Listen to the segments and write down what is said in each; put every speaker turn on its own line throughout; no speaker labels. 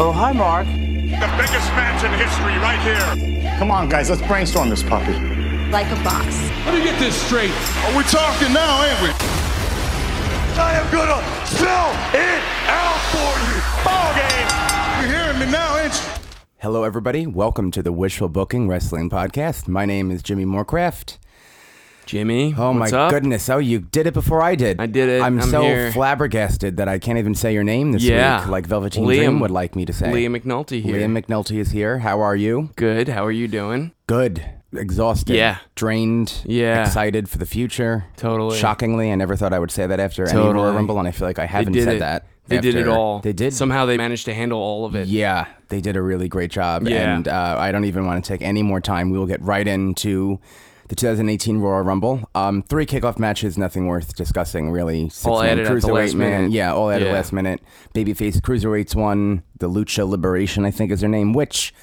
Oh, hi, Mark.
The biggest match in history right here.
Come on, guys, let's brainstorm this puppy.
Like a boss.
Let me get this straight.
Are we talking now, ain't we?
I am gonna spell it out
Ball
for you.
game.
You hearing me now, ain't you?
Hello, everybody. Welcome to the Wishful Booking Wrestling Podcast. My name is Jimmy Moorcraft.
Jimmy,
Oh
what's
my
up?
goodness! Oh, you did it before I did.
I did it.
I'm,
I'm
so
here.
flabbergasted that I can't even say your name this
Yeah,
week, like Velveteen
Liam-
Dream would like me to say.
Liam McNulty here.
Liam McNulty is here. How are you?
Good. How are you doing?
Good. Exhausted.
Yeah.
Drained.
Yeah.
Excited for the future.
Totally.
Shockingly, I never thought I would say that after any Royal
Totally.
Rumble, and I feel like I
They
haven't
did
said
it.
that.
They did it
after-
all.
They did.
Somehow they managed to handle all of it.
Yeah, they did a really great job.
Yeah.
And uh, I don't even want to take any more time. We will get right into the 2018 Royal Rumble. Um, three kickoff matches, nothing worth discussing, really. Six
All
man
added at the
cruiserweight
last
man.
minute.
Yeah, all added
Yeah.
last minute. Babyface Cruiserweights won. The Lucha Liberation, I think, is their name, which.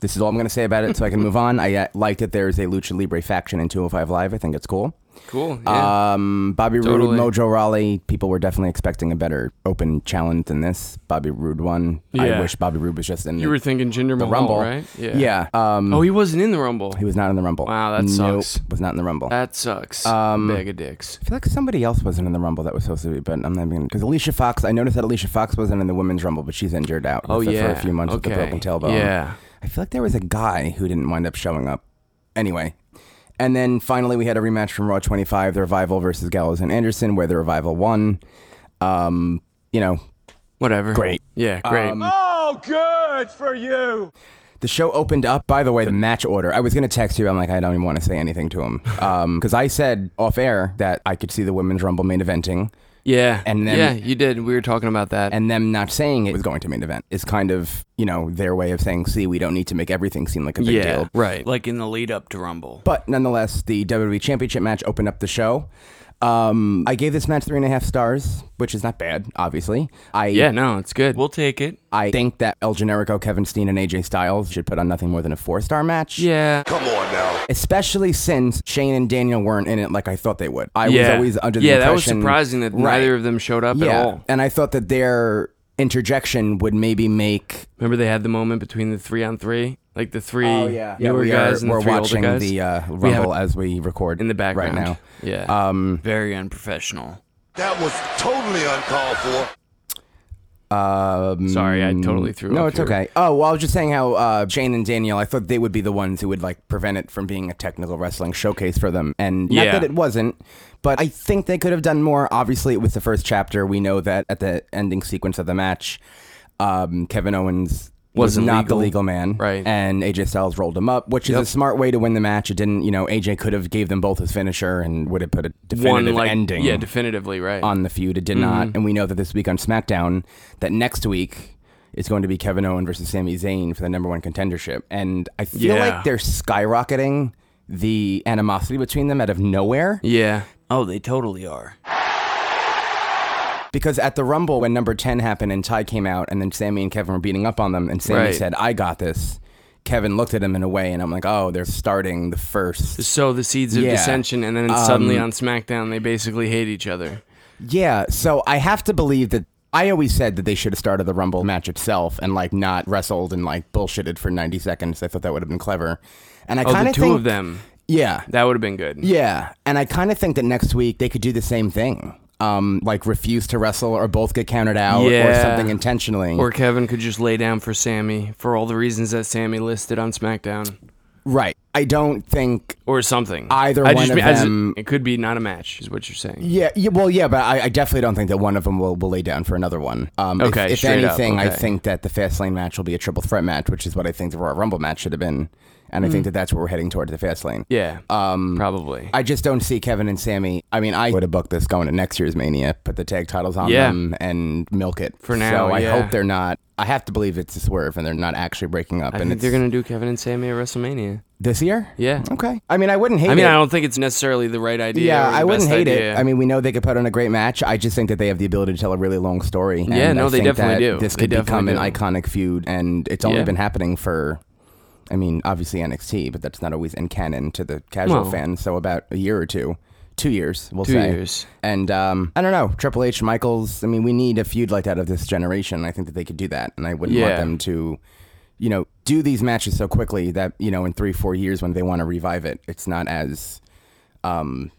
This is all I'm going to say about it, so I can move on. I uh, like that there is a Lucha Libre faction in 205 Live. I think it's cool.
Cool. Yeah.
Um, Bobby
Totally.
Roode, Mojo Raleigh. People were definitely expecting a better open challenge than this. Bobby Roode won. I
Yeah.
wish Bobby Roode was just in
you were thinking Jinder
the
Mahal,
Rumble,
right?
Yeah. Um,
Oh, he wasn't in the Rumble.
he was not in the Rumble.
Wow, that
Nope,
sucks.
Was not in the Rumble. I
That sucks. Um, Bag of dicks.
feel like somebody else wasn't in the Rumble that was supposed to be, but I'm not even because Alicia Fox. I noticed that Alicia Fox wasn't in the Women's Rumble, but she's injured out.
Oh
for,
yeah.
for a few months
okay.
with a broken tailbone.
Yeah.
I feel like there was a guy who didn't wind up showing up. Anyway. And then finally, we had a rematch from Raw 25, the Revival versus Gallows and Anderson, where the Revival won. Um, you know,
Whatever.
Great. Um,
Yeah. Great.
Oh, good for you.
The show opened up. By the way, the match order. I was gonna text you. I'm like, I don't even want to say anything to him, because I said off air that I could see the women's rumble main eventing,
yeah.
and then-
yeah, you did. We were talking about that.
and them not saying it was going to main event is kind of you know their way of saying, see, we don't need to make everything seem like a big
yeah.
deal.
Right. Like in the lead up to Rumble.
But nonetheless, the WWE Championship match opened up the show. Um, I gave this match three and a half stars, which is not bad, obviously. I
yeah. No, it's good. We'll take it.
I think that El Generico, Kevin Steen, and AJ Styles should put on nothing more than a four star match.
Yeah.
Come on now.
especially since Shane and Daniel weren't in it like I thought they would. I was
yeah.
always under the
yeah.
impression.
That was surprising that
Right.
neither of them showed up
yeah.
at all.
and I thought that their interjection would maybe make.
Remember they had the moment between the three on three, like the three Oh, newer
Oh, we
guys
are,
and
we're
the three
watching
older guys.
the uh,
We have
rumble as we record
it in the background
right now.
Yeah.
Um,
Very unprofessional.
That was totally uncalled for.
um,
Sorry, I totally threw.
No,
up
it's
here.
okay. Oh well, I was just saying how uh, Shane and Daniel. I thought they would be the ones who would like prevent it from being a technical wrestling showcase for them, and not
Yeah.
that it wasn't. But I think they could have done more. Obviously, it was the first chapter. We know that at the ending sequence of the match, um, Kevin Owens was
Wasn't
not the legal
legal.
man,
Right.
And AJ Styles rolled him up, which is a smart way to win the match. It didn't, you know, AJ could have gave them both his finisher and would have put a definitive
One like
ending
yeah, Mm-hmm. definitively right.
on the feud. It did not. And we know that this week on SmackDown, that next week is going to be Kevin Owens versus Sami Zayn for the number one contendership. And I feel
Yeah.
like they're skyrocketing the animosity between them out of nowhere.
yeah,
Oh, they totally are.
Because at the Rumble, when number 10 happened and Ty came out, and then Sammy and Kevin were beating up on them, and Sammy
Right.
said, I got this. Kevin looked at him in a way, and I'm like, oh, they're starting the first.
so the seeds of
Yeah. Um,
dissension, and then suddenly on SmackDown they basically hate each other.
Yeah, so I have to believe that. I always said that they should have started the Rumble match itself and like not wrestled and like bullshitted for 90 seconds. I thought that would have been clever. And I
Oh,
kind
the
of
two
think,
of them
Yeah,
that would have been good.
yeah, and I kind of think that next week they could do the same thing. Um, like refuse to wrestle or both get counted out or
Yeah.
something intentionally.
Or Kevin could just lay down for Sammy for all the reasons that Sammy listed on SmackDown,
right. I don't think
or something.
Either
I
one
just,
of
mean- as-
them-
It could be not a match, is what you're saying.
Yeah, yeah, well, yeah, but I, I definitely don't think that one of them will, will lay down for another one. Um, if-
Okay,
if,
straight up,
anything, I
okay.
think that the fast lane match will be a triple threat match, which is what I think the Royal Rumble match should have been, and I think that that's where we're heading towards the fast lane.
Yeah, um, probably.
I just don't see Kevin and Sammy. I mean, I would have booked this going to next year's Mania, put the tag titles on
Yeah.
them, and milk it
For now,
So I
yeah.
hope they're not. I have to believe it's a swerve and they're not actually breaking up.
I
and
think
it's
they're gonna do Kevin and Sammy at WrestleMania.
this year.
Yeah.
Okay. I mean, I wouldn't hate.
I mean,
it.
I don't think it's necessarily the right idea.
Yeah,
or the
I wouldn't
best
hate
idea.
it. I mean, we know they could put on a great match. I just think that they have the ability to tell a really long story. And
Yeah, no,
I
they
think
definitely
that
do.
This
They
could become
definitely
an
do.
iconic feud, and it's only
Yeah.
been happening for, I mean, obviously NXT, but that's not always in canon to the casual
Well.
fan. So about a year or two. two years, we'll
Two
say.
years.
And um, I don't know, Triple H, Michaels. I mean, we need a feud like that of this generation. I think that they could do that, and I wouldn't want
Yeah.
them to, you know, do these matches so quickly that you know in three, four years when they want to revive it, it's not as, um,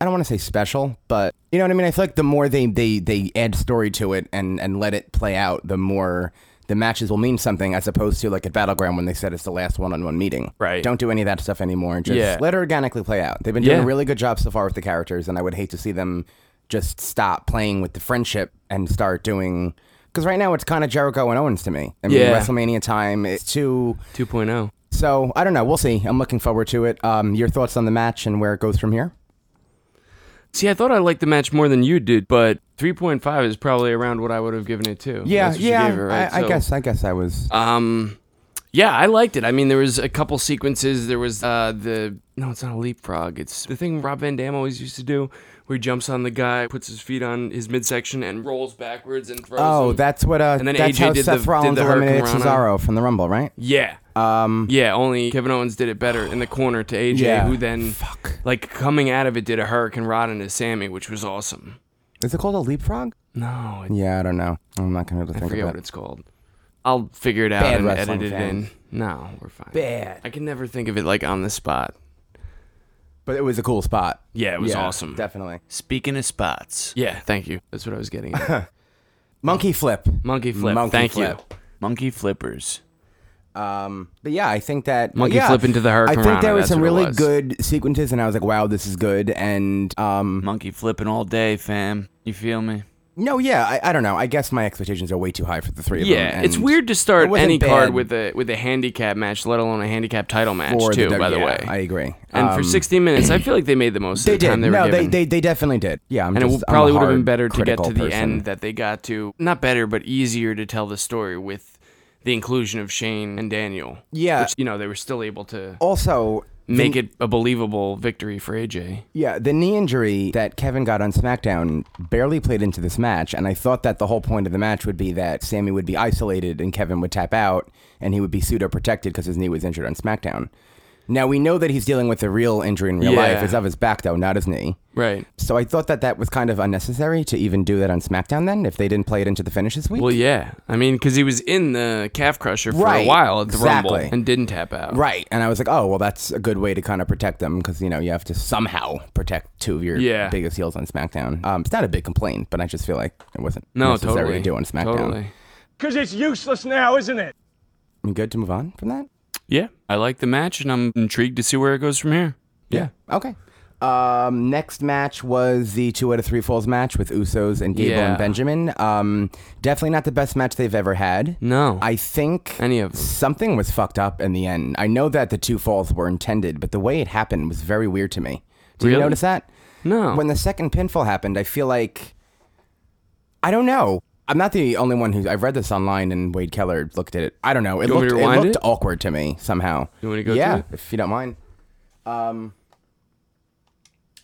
I don't want to say special, but you know what I mean. I feel like the more they they they add story to it and and let it play out, the more. The matches will mean something as opposed to like at Battleground when they said it's the last one on one meeting.
Right.
Don't do any of that stuff anymore. and Just
Yeah.
let it organically play out. They've been doing
Yeah.
a really good job so far with the characters, and I would hate to see them just stop playing with the friendship and start doing. Because right now it's kind of Jericho and Owens to me. I mean,
Yeah.
WrestleMania time is too.
2.0.
So I don't know. We'll see. I'm looking forward to it. Um, your thoughts on the match and where it goes from here?
See, I thought I liked the match more than you did, but 3.5 is probably around what I would have given it to. That's what you gave it, right?
I, I
So-
guess. I guess I was.
Um, yeah, I liked it. I mean, there was a couple sequences. There was uh, the no, it's not a leapfrog. It's the thing Rob Van Dam always used to do, where he jumps on the guy, puts his feet on his midsection, and rolls backwards and throws.
oh,
him.
that's what. Uh,
and then
that's
AJ
how
did the-
Seth
did
Rollins
the
eliminated
Hurricane Rana.
Cesaro from the Rumble, right?
yeah. Um, yeah, only Kevin Owens did it better in the corner to AJ,
Yeah.
who then, like coming out of it, did a hurricane rod into Sammy, which was awesome.
Is it called a leapfrog?
No, it-
Yeah, I don't know. I'm not gonna be able to
I
think
forget
about
what
it.
it's called. I'll figure it out
Bad
and
wrestling
edit it
fans.
in. No, we're fine.
Bad.
I can never think of it like on the spot.
But it was a cool spot.
Yeah, it was awesome.
Definitely.
Speaking of spots,
Yeah, thank you. That's what I was getting at.
Monkey flip.
Monkey flip.
Monkey
thank
flip.
you.
monkey flippers.
Um, but yeah, I think that
Monkey
yeah,
flip into the
I
Hurricane
think there
Rana,
was
that's
some
what it
really
was.
good sequences, and I was like, "Wow, this is good." And um,
Monkey flipping all day, fam. You feel me?
no, yeah, I, I don't know. I guess my expectations are way too high for the three of them.
Yeah,
and
it's weird to start
it wasn't
any card
bad
with a with a handicap match, let alone a handicap title match
for
too.
W-
by the
yeah,
way,
I agree.
and for
Um,
16 minutes, I feel like they made the most
they
of the
did.
time they were
no, they,
given.
they they definitely did. Yeah, I'm
and it
just,
w-
I'm a
probably would have
hard,
been better to get
critical
to the
person.
end that they got to. Not better, but easier to tell the story with the inclusion of Shane and Daniel.
Yeah. Oh,
which, you know they were still able to
Also,
make it a believable victory for AJ.
Yeah, the knee injury that Kevin got on SmackDown barely played into this match, and I thought that the whole point of the match would be that Sammy would be isolated and Kevin would tap out, and he would be pseudo protected because his knee was injured on SmackDown. Now we know that he's dealing with a real injury in real
Yeah.
life. It's of his back though, not his knee.
Right.
So I thought that that was kind of unnecessary to even do that on SmackDown. Then, if they didn't play it into the finish this week,
Well, yeah. I mean, because he was in the calf crusher for
Right,
a while at the
exactly.
Rumble and didn't tap out.
right? And I was like, oh, well, that's a good way to kind of protect them because you know you have to somehow protect two of your
Yeah.
biggest heels on SmackDown. Um, it's not a big complaint, but I just feel like it wasn't
No,
necessary
totally.
to do on SmackDown.
Totally.
Because it's useless now, isn't it?
You good to move on from that?
Yeah, I like the match, and I'm intrigued to see where it goes from here. Yeah.
Okay. Um, next match was the two out of three falls match with Usos and Gable
Yeah.
and Benjamin. Um, definitely not the best match they've ever had.
No.
I think
Any of 'em.
something was fucked up in the end. I know that the two falls were intended, but the way it happened was very weird to me. Did you
Really?
notice that?
No.
When the second pinfall happened, I feel like I don't know. I'm not the only one who I've read this online and Wade Keller looked at it. I don't know. It
You want
looked,
me to
it
rewind
looked
it?
awkward to me somehow.
You want me to go
Yeah,
to it?
if you don't mind. Um,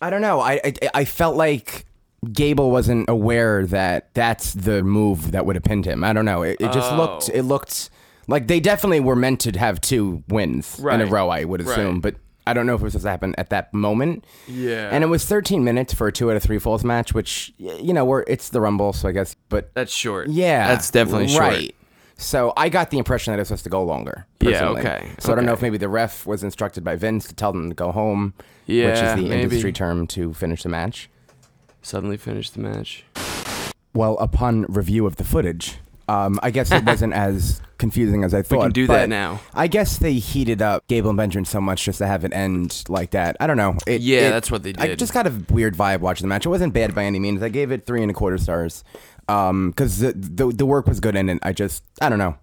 I don't know. I, I I felt like Gable wasn't aware that that's the move that would have pinned him. I don't know. It, it just looked.
Oh.
It looked like they definitely were meant to have two wins in a
Right.
row. I would assume,
Right.
but. I don't know if it was supposed to happen at that moment.
Yeah.
And it was 13 minutes for a two out of three falls match, which, y- you know, we're, it's the Rumble, so I guess, but
That's short.
yeah.
That's definitely short.
Right. So I got the impression that it was supposed to go longer.
Yeah,
personally.
okay,
So I don't know
okay.
if maybe the ref was instructed by Vince to tell them to go home, which
Yeah,
is the
maybe.
industry term to finish the match.
Suddenly finished the match.
Well, upon review of the footage, um, I guess it wasn't as confusing as I thought.
do
but
that now.
I guess they heated up Gable and Benjamin so much just to have it end like that. I don't know. It, it-
Yeah, that's what they
I
did.
just got a weird vibe watching the match. It wasn't bad by any means. I gave it three and a quarter stars because the, the the work was good in it. I just I don't know.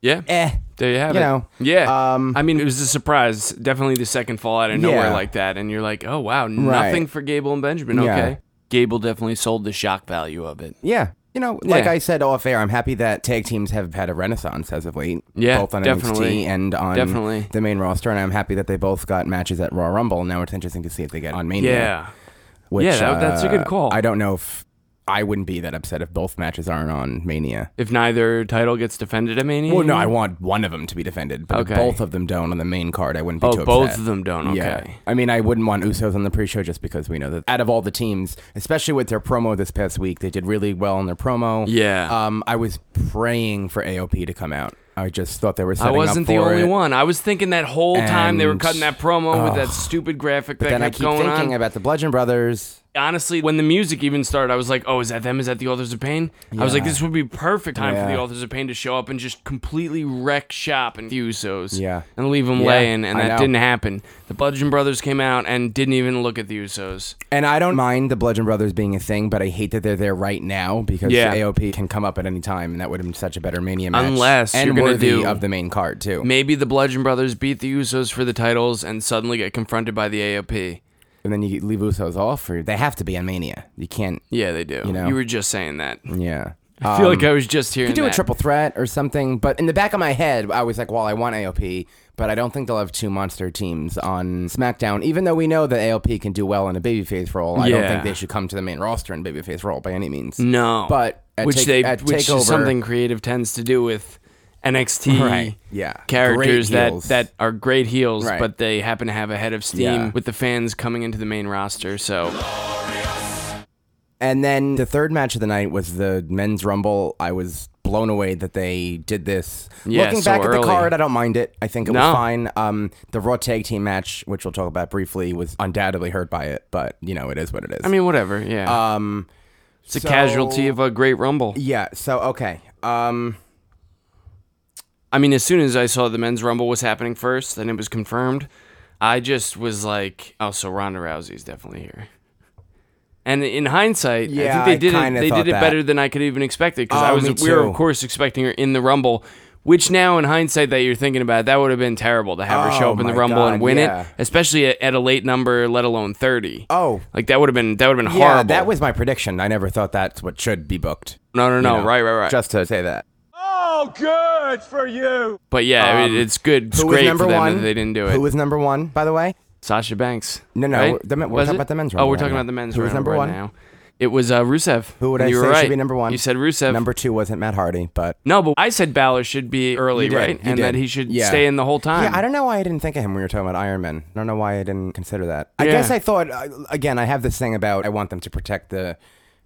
Yeah.
Eh.
There you have
You
it.
know,
Yeah.
um,
I mean, it was a surprise. Definitely the second fall out of nowhere
Yeah.
like that, and you're like, oh wow, nothing for Gable and Benjamin.
Yeah.
Okay.
Gable definitely sold the shock value of it.
Yeah. You know, like
Yeah.
I said off air, I'm happy that tag teams have had a renaissance as of late.
Yeah,
both on
definitely.
NXT and on
Definitely.
the main roster, and I'm happy that they both got matches at Raw Rumble. Now it's interesting to see if they get on Mania.
Yeah.
which,
Yeah, that- that's a good call.
I don't know if I wouldn't be that upset if both matches aren't on Mania.
If neither title gets defended at Mania?
Well, no, I want one of them to be defended, but
Mm. Okay.
if both of them don't on the main card, I wouldn't be
Oh,
too
both
upset.
of them don't. Okay.
Yeah. I mean, I wouldn't want Usos on the pre-show just because we know that out of all the teams, especially with their promo this past week, they did really well in their promo.
Yeah.
Um, I was praying for AOP to come out. I just thought they were
I
setting
wasn't
up
the
for
only
it.
one. I was thinking that whole time they were
And-
cutting that promo with that stupid graphic that
Then I
kept
keep
going
thinking
on.
about the Bludgeon Brothers.
Honestly, when the music even started, I was like, "Oh, is that them? Is that the Authors of Pain?" I was like, "This would be perfect time for
Yeah.
the Authors of Pain to show up and just completely wreck shop and the Usos,
Yeah.
and leave them
Yeah,
laying." And
I
that
know.
didn't happen. The Bludgeon Brothers came out and didn't even look at the Usos.
And I don't mind the Bludgeon Brothers being a thing, but I hate that they're there right now because
Yeah.
AOP can come up at any time, and that would have been such a better Mania match.
Unless
and
you're gonna
worthy
do-
of the main card too.
Maybe the Bludgeon Brothers beat the Usos for the titles and suddenly get confronted by the AOP.
and then you leave Usos off, or they have to be on Mania. You can't.
Yeah, they do. You,
You know.
were just saying that.
Yeah.
I feel like I was just hearing.
could do a
that.
triple threat or something. But in the back of my head, I was like, well, I want AOP, but I don't think they'll have two monster teams on SmackDown. Even though we know that AOP can do well in a babyface role, I
Yeah.
don't think they should come to the main roster in babyface role by any means.
No,
But at
which
take-
they
at
which
Takeover-
is something creative tends to do with NXT
Right, yeah.
characters
Great
that
heels.
that are great heels,
Right.
but they happen to have a head of steam
Yeah.
with the fans coming into the main roster. So
And then the third match of the night was the men's rumble. I was blown away that they did this.
Yeah,
Looking
so
back at
early.
the card, I don't mind it. I think it
No.
was fine. Um, the Raw tag team match, which we'll talk about briefly, was undoubtedly hurt by it, but you know it is what it is.
I mean, whatever. Yeah,
um,
it's a casualty of a great rumble.
yeah. So okay. Um,
I mean, as soon as I saw the men's rumble was happening first, and it was confirmed, I just was like, "Oh, so Ronda Rousey's definitely here." And in hindsight,
Yeah,
I think they
I
did it.
kinda
They
thought
did it
that.
better than I could even expect it because I
Oh,
was.
me
We were
too.
of course expecting her in the rumble. Which now, in hindsight, that you're thinking about, that would have been terrible to have her show
Oh,
up in the
my
rumble and
God,
win
yeah.
it, especially at, at a late number, let alone thirty.
Oh.
like that would have been that would have been
yeah,
horrible.
that was my prediction. I never thought that's what should be booked.
no, no,
You
no,
know,
right, right, right.
Just to say that.
Oh, good for you.
but yeah, I mean,
um,
it's good. It's
Who was
great for
number
them
one?
that they didn't do it.
Who was number one? By the way,
Sasha Banks.
No, no,
right?
we're- the men- we're
Was
talking
it?
about the men's
Oh, we're
round
talking
right
about the
now.
men's
Who was
round
number
right
one?
now. It was uh, Rusev.
who would
and
I
you
say
were right.
should be number one?
You said Rusev.
Number two wasn't Matt Hardy, but
no, but I said Balor should be early,
You did,
right?
you
And
did.
that he should
Yeah.
stay in the whole time.
Yeah, I don't know why I didn't think of him when we were talking about Iron Man. I don't know why I didn't consider that. I
Yeah.
guess I thought, I- again, I have this thing about I want them to protect the.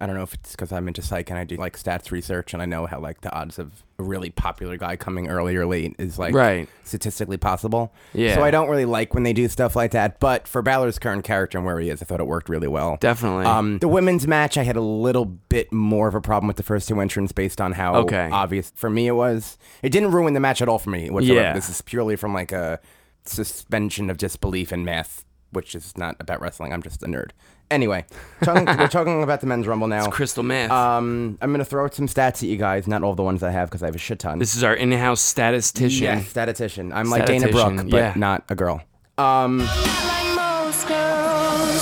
I don't know if it's because I'm into psych and I do like stats research and I know how like the odds of a really popular guy coming early or late is like
Right.
statistically possible.
Yeah.
So I don't really like when they do stuff like that. But for Balor's current character and where he is, I thought it worked really well.
Definitely.
Um, the women's match, I had a little bit more of a problem with the first two entrants based on how
Okay.
obvious for me it was. It didn't ruin the match at all for me whatsoever.
Yeah.
This is purely from like a suspension of disbelief in math, which is not about wrestling. I'm just a nerd. Anyway, talking, we're talking about the men's rumble now.
Crystal Math.
Um, I'm gonna throw out some stats at you guys. Not all the ones I have because I have a shit ton.
this is our in-house statistician.
yeah, statistician. I'm like Dana
Statistician,
Brooke, but
yeah.
not a girl. Um.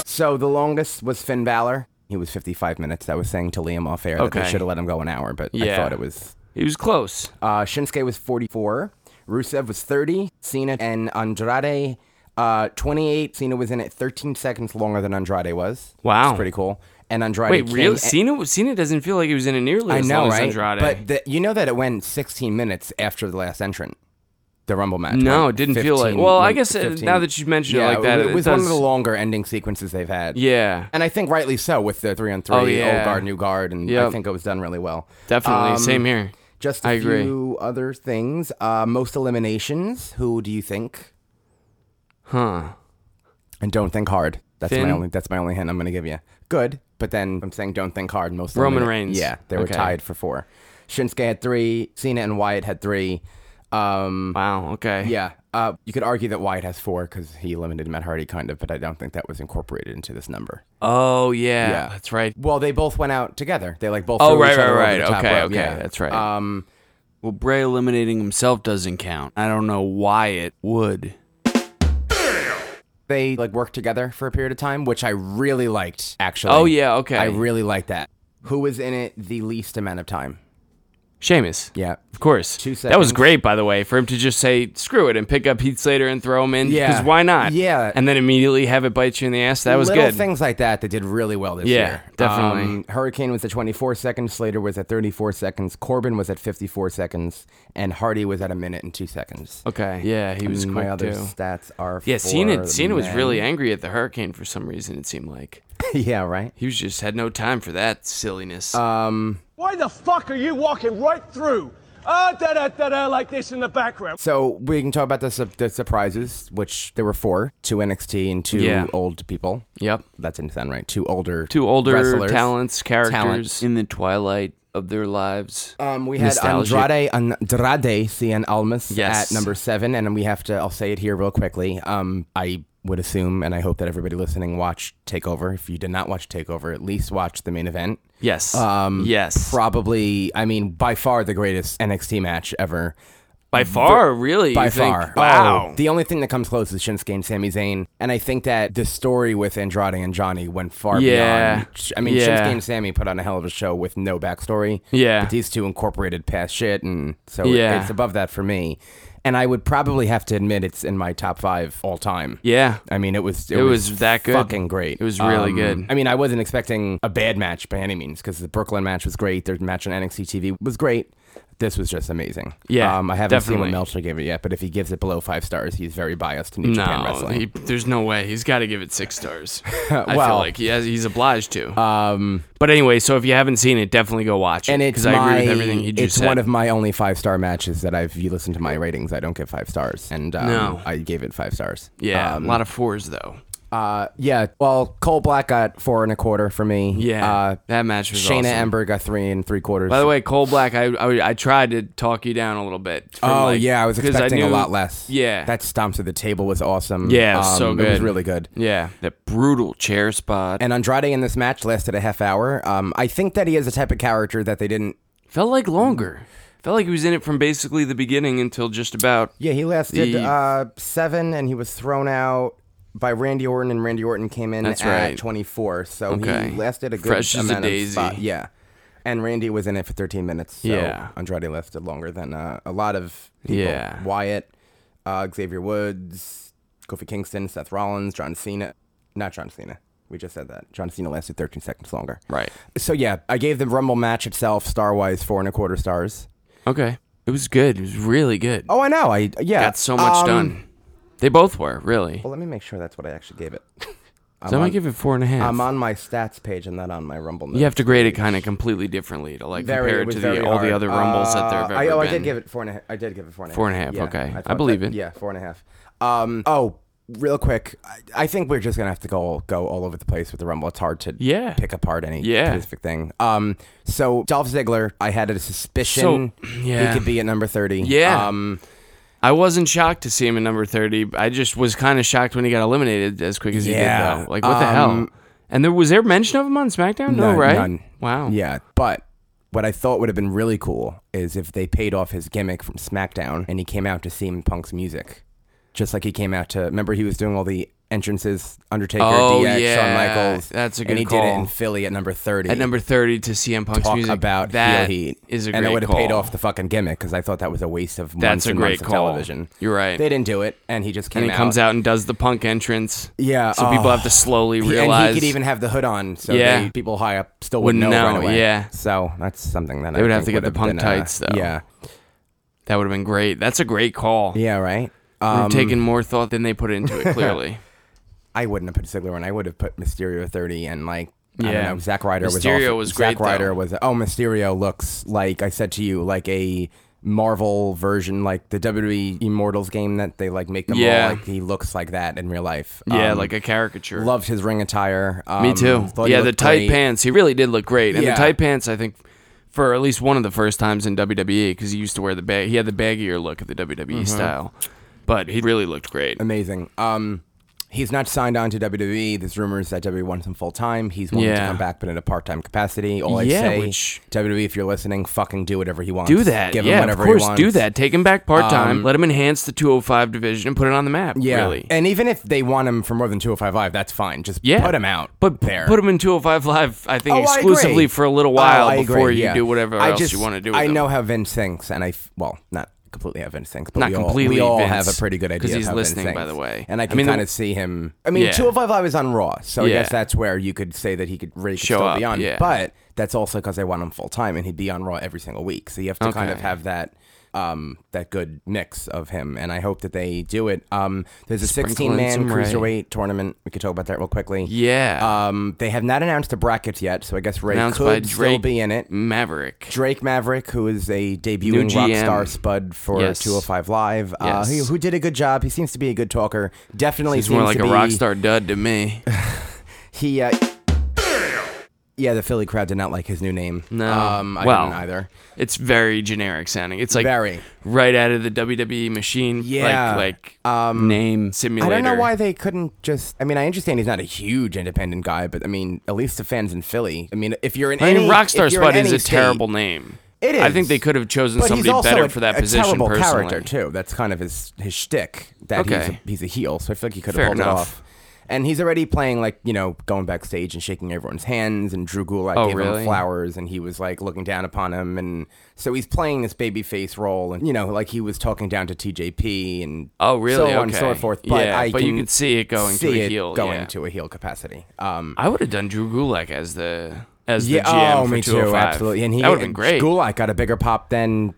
So the longest was Finn Balor. He was 55 minutes. I was saying to Liam off air that
Okay.
they should have let him go an hour, but
Yeah.
I thought it was.
He was close.
Uh, Shinsuke was 44. Rusev was 30. Cena and Andrade, uh, 28. Cena was in it 13 seconds longer than Andrade was.
Wow.
It's pretty cool. And Andrade.
Wait,
came
really?
a-
Cena? Cena doesn't feel like he was in it nearly
I
as
know,
long
right?
as Andrade.
But the, you know that it went 16 minutes after the last entrant, the Rumble match.
no, it
went
didn't feel like.
15
Well, I
went
guess uh,
15.
now that you mentioned
yeah,
it like that,
it,
it
was
does,
one of the longer ending sequences they've had.
Yeah,
and I think rightly so with the three on three,
Oh, yeah.
old guard, new guard, and I
Yep.
think it was done really well.
definitely.
Um,
Same here.
Just a
I agree.
few other things. Uh, most eliminations. Who do you think?
Huh?
And don't think hard. That's
Finn?
my only. That's my only hint I'm going to give you. Good, but then I'm saying don't think hard. Most
Roman
elimina-
Reigns.
Yeah, they were
Okay.
tied for four. Shinsuke had three. Cena and Wyatt had three. Um,
Wow. Okay.
yeah, uh, you could argue that Wyatt has four because he eliminated Matt Hardy, kind of, but I don't think that was incorporated into this number.
Oh yeah.
Yeah.
That's right.
Well, they both went out together. They like both.
Oh,
threw
right,
each other
right,
over
right.
the top
Okay,
rope.
okay,
Yeah.
that's right.
Um,
Well, Bray eliminating himself doesn't count. I don't know why it would.
they like worked together for a period of time, which I really liked. Actually.
Oh, yeah, okay.
I really liked that. Who was in it the least amount of time?
Sheamus.
Yeah.
Of course.
Two
That was
seconds.
great, by the way, for him to just say, screw it, and pick up Heath Slater and throw him in.
Yeah.
Because why not?
Yeah.
And then immediately have it bite you in the ass. That was
Little
good.
things like that that did really well this
Yeah,
year. Um,
definitely.
Hurricane was at 24 seconds. Slater was at 34 seconds. Corbin was at 54 seconds, and Hardy was at a minute and two seconds.
Okay. Yeah, he was
And
quick
my other
too.
stats are
Yeah,
for
Cena Cena was
men.
really angry at the hurricane for some reason, it seemed like.
yeah right.
He was just had no time for that silliness.
Uh,
Why the fuck are you walking right through? Ah, da da da da, like this in the background.
So we can talk about the su- the surprises, which there were four: two NXT and two
Yeah.
old people.
yep.
That didn't sound right. Two older,
Two older
wrestlers.
talents, characters.
in the twilight of their lives.
Um, we
Nostalgia.
had Andrade Andrade Cien Almas
Yes.
at number seven, and we have to. I'll say it here real quickly. Um, I would assume, and I hope that everybody listening watched Takeover. If you did not watch Takeover, at least watch the main event.
Yes. Um, yes.
Probably, I mean, by far the greatest NXT match ever.
by far, really.
By
you think,
far.
Wow.
Oh, the only thing that comes close is Shinsuke and Sami Zayn. And I think that the story with Andrade and Johnny went far
Yeah.
beyond. I mean,
Yeah.
Shinsuke and Sammy put on a hell of a show with no backstory.
Yeah.
But these two incorporated past shit. And so it-
Yeah.
it's above that for me. And I would probably have to admit it's in my top five all time.
yeah.
I mean, it was it,
It was that good.
fucking great. Um,
It was really good.
I mean, I wasn't expecting a bad match by any means because the Brooklyn match was great. Their match on NXT TV was great. This was just amazing.
Yeah,
um, I haven't seen
definitely.
what Meltzer gave it yet, but if he gives it below five stars, he's very biased to New Japan
No,
wrestling.
he, there's no way. He's got to give it six stars. I feel
Well-
like he has, he's obliged to. Um, but anyway, so if you haven't seen it, definitely go watch it.
and it's
because I agree
my-
with everything he just
it's
said.
one of my only five star matches that I've. You listen to my ratings, I don't give five stars, and um,
No.
I gave it five stars.
yeah,
Um,
a lot of fours though.
uh, yeah. Well, Cole Black got four and a quarter for me.
Yeah,
uh,
that match was
Shayna
awesome.
Ember got three and three quarters.
By the way, Cole Black, I, I I tried to talk you down a little bit. from,
Oh
like-
yeah, I was
'cause
expecting a
knew-
lot less.
Yeah,
that stomp to the table was awesome. Um,
yeah, it was so good.
It was really good.
Yeah,
that brutal chair spot.
And Andrade in this match lasted a half hour. Um, I think that he is a type of character that they didn't.
felt like
Mm.
longer. Felt like he was in it from basically the beginning until just about.
Yeah, he lasted
The-
uh, seven, and he was thrown out by Randy Orton, and Randy Orton came in
That's
at
right.
24. So
Okay.
he lasted a good
Fresh as a
amount of
daisy.
spot- Yeah, and Randy was in it for 13 minutes. So
Yeah.
Andrade lasted longer than uh, a lot of people.
Yeah.
Wyatt, uh, Xavier Woods, Kofi Kingston, Seth Rollins, John Cena. Not John Cena. We just said that. John Cena lasted 13 seconds longer.
Right.
So yeah, I gave the Rumble match itself star wise four and a quarter stars.
Okay. It was good. It was really good.
Oh, I know. I yeah.
Got so much
Um,
done. They both were really.
Well, let me make sure that's what I actually gave it.
So I'm gonna give it four and a half.
I'm on my stats page and not on my Rumble. Notes.
You have to grade it kind of completely differently to like
Very-
compare
it
it
was
to
very
the, all
hard.
the other rumbles that there have
Uh,
ever
I, oh,
been.
I did give it four and a half. I did give it four and a half.
Four and a half,
Yeah,
okay. I
thought
believe
that-
it.
Yeah, four and a half. Um. Oh, real quick. I, I think we're just gonna have to go go all over the place with the Rumble. It's hard to
Yeah.
pick apart any
Yeah.
specific thing. Um. So Dolph Ziggler, I had a suspicion
So, yeah.
he could be at number thirty.
Yeah.
Um.
I wasn't shocked to see him in number thirty. I just was kind of shocked when he got eliminated as quick as he
Yeah.
did, though. Like what the hell?
Um,
And there was there mention of him on SmackDown? No,
None-
right?
none.
Wow.
Yeah, but what I thought would have been really cool is if they paid off his gimmick from SmackDown and he came out to CM Punk's music, just like he came out to. Remember, he was doing all the entrances, Undertaker,
Oh,
DX,
yeah.
Shawn Michaels.
That's a good
And he did it
call.
in Philly at number thirty.
At number thirty to CM Punk's
talk
music.
about
that
heel heat
is a
and it
great
would have
call.
paid off the fucking gimmick because I thought that was a waste of
That's
months
a
and
great
months
call.
of television.
You're right.
They didn't do it, and he just came
and he
out.
comes out and does the punk entrance.
Yeah,
So
oh.
people have to slowly
He-
realize
and he could even have the hood on, so
Yeah.
they, people high up still wouldn't,
Wouldn't
know,
know,
right away.
yeah.
so that's something that
They would have to get the punk
punk
tights, though.
Yeah,
that would have been great. That's a great call.
yeah, right.
We've
Um,
taken more thought than they put into it, clearly.
I wouldn't have put Ziggler in. I would have put Mysterio thirty and like I
Yeah.
don't know. Zack Ryder was
Mysterio
also-
was great,
Zack Ryder
though.
was oh Mysterio looks like I said to you like a Marvel version like the WWE Immortals game that they like make them
Yeah.
all like he looks like that in real life.
yeah,
Um,
like a caricature.
loved his ring attire. Um,
Me too.
thought he
Yeah, the
looked
tight
great.
pants. He really did look great, and
Yeah.
the tight pants. I think for at least one of the first times in WWE because he used to wear the bag. E
Mm-hmm.
He had the baggier look of the WWE style, but he really looked great.
amazing. Um, He's not signed on to WWE. There's rumors that WWE wants him full time. He's wanting to
Yeah.
come back, but in a part time capacity. All I
Yeah,
say,
which-
WWE, if you're listening, fucking do whatever he wants.
Do that.
Give
yeah,
him whatever
of course,
he wants.
do that. Take him back part time.
Um,
let him enhance the 205 division and put it on the map.
Yeah.
Really.
And even if they want him for more than 205 Live, that's fine. Just
yeah.
put him out.
But
there.
put him in 205 Live, I think,
Oh, I
exclusively
agree.
for a little
Oh,
while
I
before
agree,
you
yeah.
do whatever
I
else
just,
you want to do. With
I
him.
know how Vince thinks, and I f- well, not completely how Vince thinks, but
Not
we all,
completely
we all
Vince,
have a pretty good idea
'cause
of
he's
how Vince
listening, by
thinks.
the way.
And I
I
can
mean, the-
kind of see him. I mean,
Yeah.
205 Live is on Raw, so I
Yeah.
guess that's where you could say that he could really could
Show
still
up,
be on.
yeah.
But that's also because they want him full time, and he'd be on Raw every single week. So you have to kind of
Okay.
have that. Um, that good mix of him, and I hope that they do it. Um, there's a
Sprinkle in
16 man
some Ray.
cruiserweight tournament. We could talk about that real quickly.
Yeah.
Um, they have not announced the brackets yet, so I guess Ray
Announced by
could still
Drake
be in it.
Maverick.
Drake Maverick, who is a
New
debuting rock
GM.
star spud for
Yes.
205 Live, uh,
Yes.
who, who did a good job. He seems to be a good talker. Definitely
He's
seems
more like
to
a
be,
rock star dud to me.
He, uh, yeah, the Philly crowd did not like his new name.
No.
um, I
Well,
didn't either.
It's very generic sounding. It's like
Very.
right out of the WWE machine.
Yeah. Um,
Like, like name
I
simulator.
don't know why they couldn't just. I mean, I understand he's not a huge independent guy, but I mean, at least the fans in Philly. I mean, if you're in,
I mean,
any,
Rockstar
if you're in
Spud is
any
a
state-
terrible name.
It is.
I think they could have chosen
but
somebody
he's also
better
a,
for that
a
position
terrible
personally.
character too. That's kind of his his shtick. That
Okay.
he's, a, he's a heel, so I feel like he could have
Fair
pulled it
enough.
off. And he's already playing like you know going backstage and shaking everyone's hands. And Drew Gulak
Oh,
gave him
really?
flowers, and he was like looking down upon him. And so he's playing this babyface role, and you know like he was talking down to TJP and
Oh, really?
so on and so
Okay.
forth. But
Yeah,
I
but you
can
could see it going to
see
a
it
heel,
going
yeah.
to a heel capacity. Um,
I would have done Drew Gulak as the as the
yeah,
GM
oh,
for
me too,
205.
absolutely. And he
that would have been great.
Gulak got a bigger pop than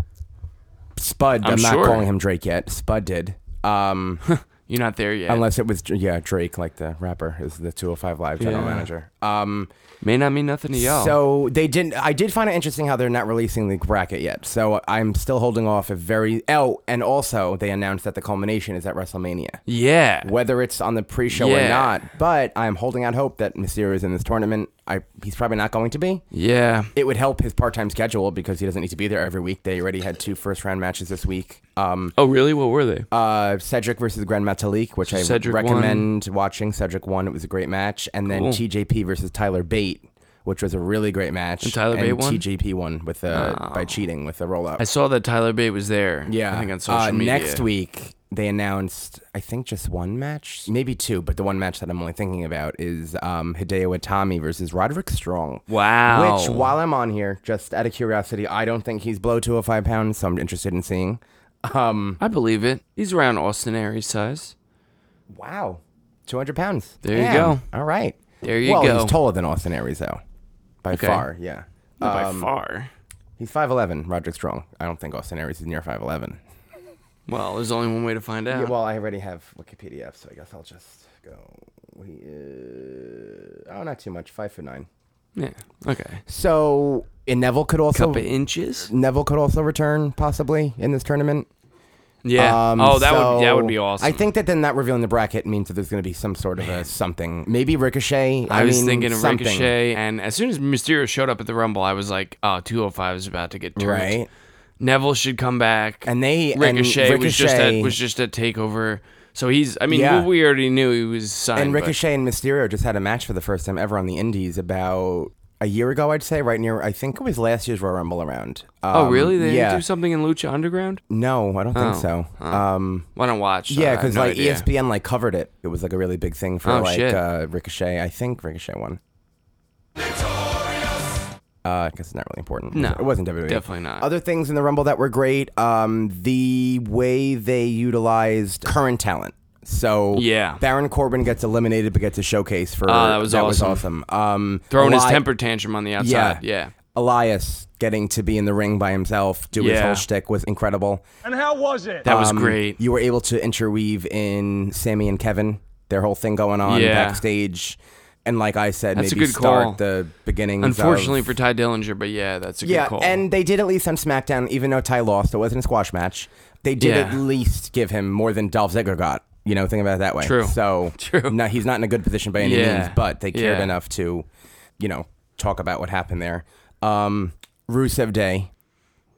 Spud. I'm,
I'm
not
sure.
calling him Drake yet. Spud did. Um,
You're not there yet.
unless it was yeah Drake, like the rapper, is the 205 Live general
Yeah.
manager. Um,
May not mean nothing to y'all.
so they didn't. I did find it interesting how they're not releasing the bracket yet. So I'm still holding off. A very oh, and also they announced that the culmination is at WrestleMania.
yeah.
Whether it's on the pre-show or
Yeah.
not, but I'm holding out hope that Mysterio is in this tournament. I he's probably not going to be
Yeah.
it would help his part-time schedule because he doesn't need to be there every week. They already had two first-round matches this week. Um,
Oh, really? What were they?
uh, Cedric versus Grand Metalik, which I
Cedric
recommend watching. Cedric won; it was a great match. And then
Cool.
TJP versus Tyler Bate, which was a really great match. And
Tyler Bate won?
TJP won with a, by cheating with a roll-up.
I saw that Tyler Bate was there.
Yeah.
I think on social
Uh,
media.
Next week, they announced, I think, just one match, maybe two, but the one match that I'm only thinking about is um, Hideo Itami versus Roderick Strong.
Wow.
Which, while I'm on here, just out of curiosity, I don't think he's below 205 pounds, so I'm interested in seeing. Um,
I believe it. He's around Austin Aries size.
wow. 200 pounds.
There you
Damn.
go.
All right.
There you
well,
go.
he's taller than Austin Aries, though. By
Okay.
far, yeah.
By
Um,
far.
He's 5'11, Roderick Strong. I don't think Austin Aries is near 5'11.
Well, there's only one way to find out.
Yeah, well, I already have Wikipedia up, so I guess I'll just go. He is oh, not too much, five foot nine.
Yeah. Okay.
So, Um, and Neville could also
Couple inches.
Neville could also return possibly in this tournament.
Yeah.
Um,
oh, that
so
would that would be awesome.
I think that then not revealing the bracket means that there's going to be some sort of a something. Maybe Ricochet. I,
I, was
mean,
thinking of
something,
Ricochet, and as soon as Mysterio showed up at the Rumble, I was like, "Oh, 205 is about to get turned.
right?
Neville should come back."
And they- and
Ricochet, was just
Ricochet-
a, was just a takeover. So he's. I mean,
Yeah.
we already knew he was signed.
And
but-
Ricochet and Mysterio just had a match for the first time ever on the Indies about a year ago, I'd say, right near. I think it was last year's Royal Rumble around.
Oh,
Um,
really? They
yeah.
didn't do something in Lucha Underground?
No, I don't think
Oh,
so.
huh.
Um,
Why don't watch? so I
Yeah,
have
because
no
like E
idea.
ESPN like covered it. It was like a really big thing for
Oh,
like
shit.
uh, Ricochet. I think Ricochet won. Uh, I guess it's not really important.
No,
it wasn't E. WWE.
definitely not.
Other things in the Rumble that were great, um, the way they utilized current talent. So
Yeah.
Baron Corbin gets eliminated but gets a showcase for
Oh, that was
awesome. Um,
Throwing his
Eli-
temper tantrum on the outside. Yeah.
Elias getting to be in the ring by himself, do his
Yeah.
whole shtick was incredible.
And how was it?
That was
Um,
great.
You were able to interweave in Sammy and Kevin, their whole thing going on
Yeah.
backstage, and like I said,
That's a
maybe
good
start
call.
the beginning.
Unfortunately for Ty Dillinger, but yeah, that's a
yeah,
good call.
and they did at least on SmackDown, even though Ty lost, it wasn't a squash match. They did
Yeah.
at least give him more than Dolph Ziggler got. You know, think about it that way.
True.
So
True.
No, he's not in a good position by any
Yeah.
means, but they cared
Yeah.
enough to, you know, talk about what happened there. Um, Rusev Day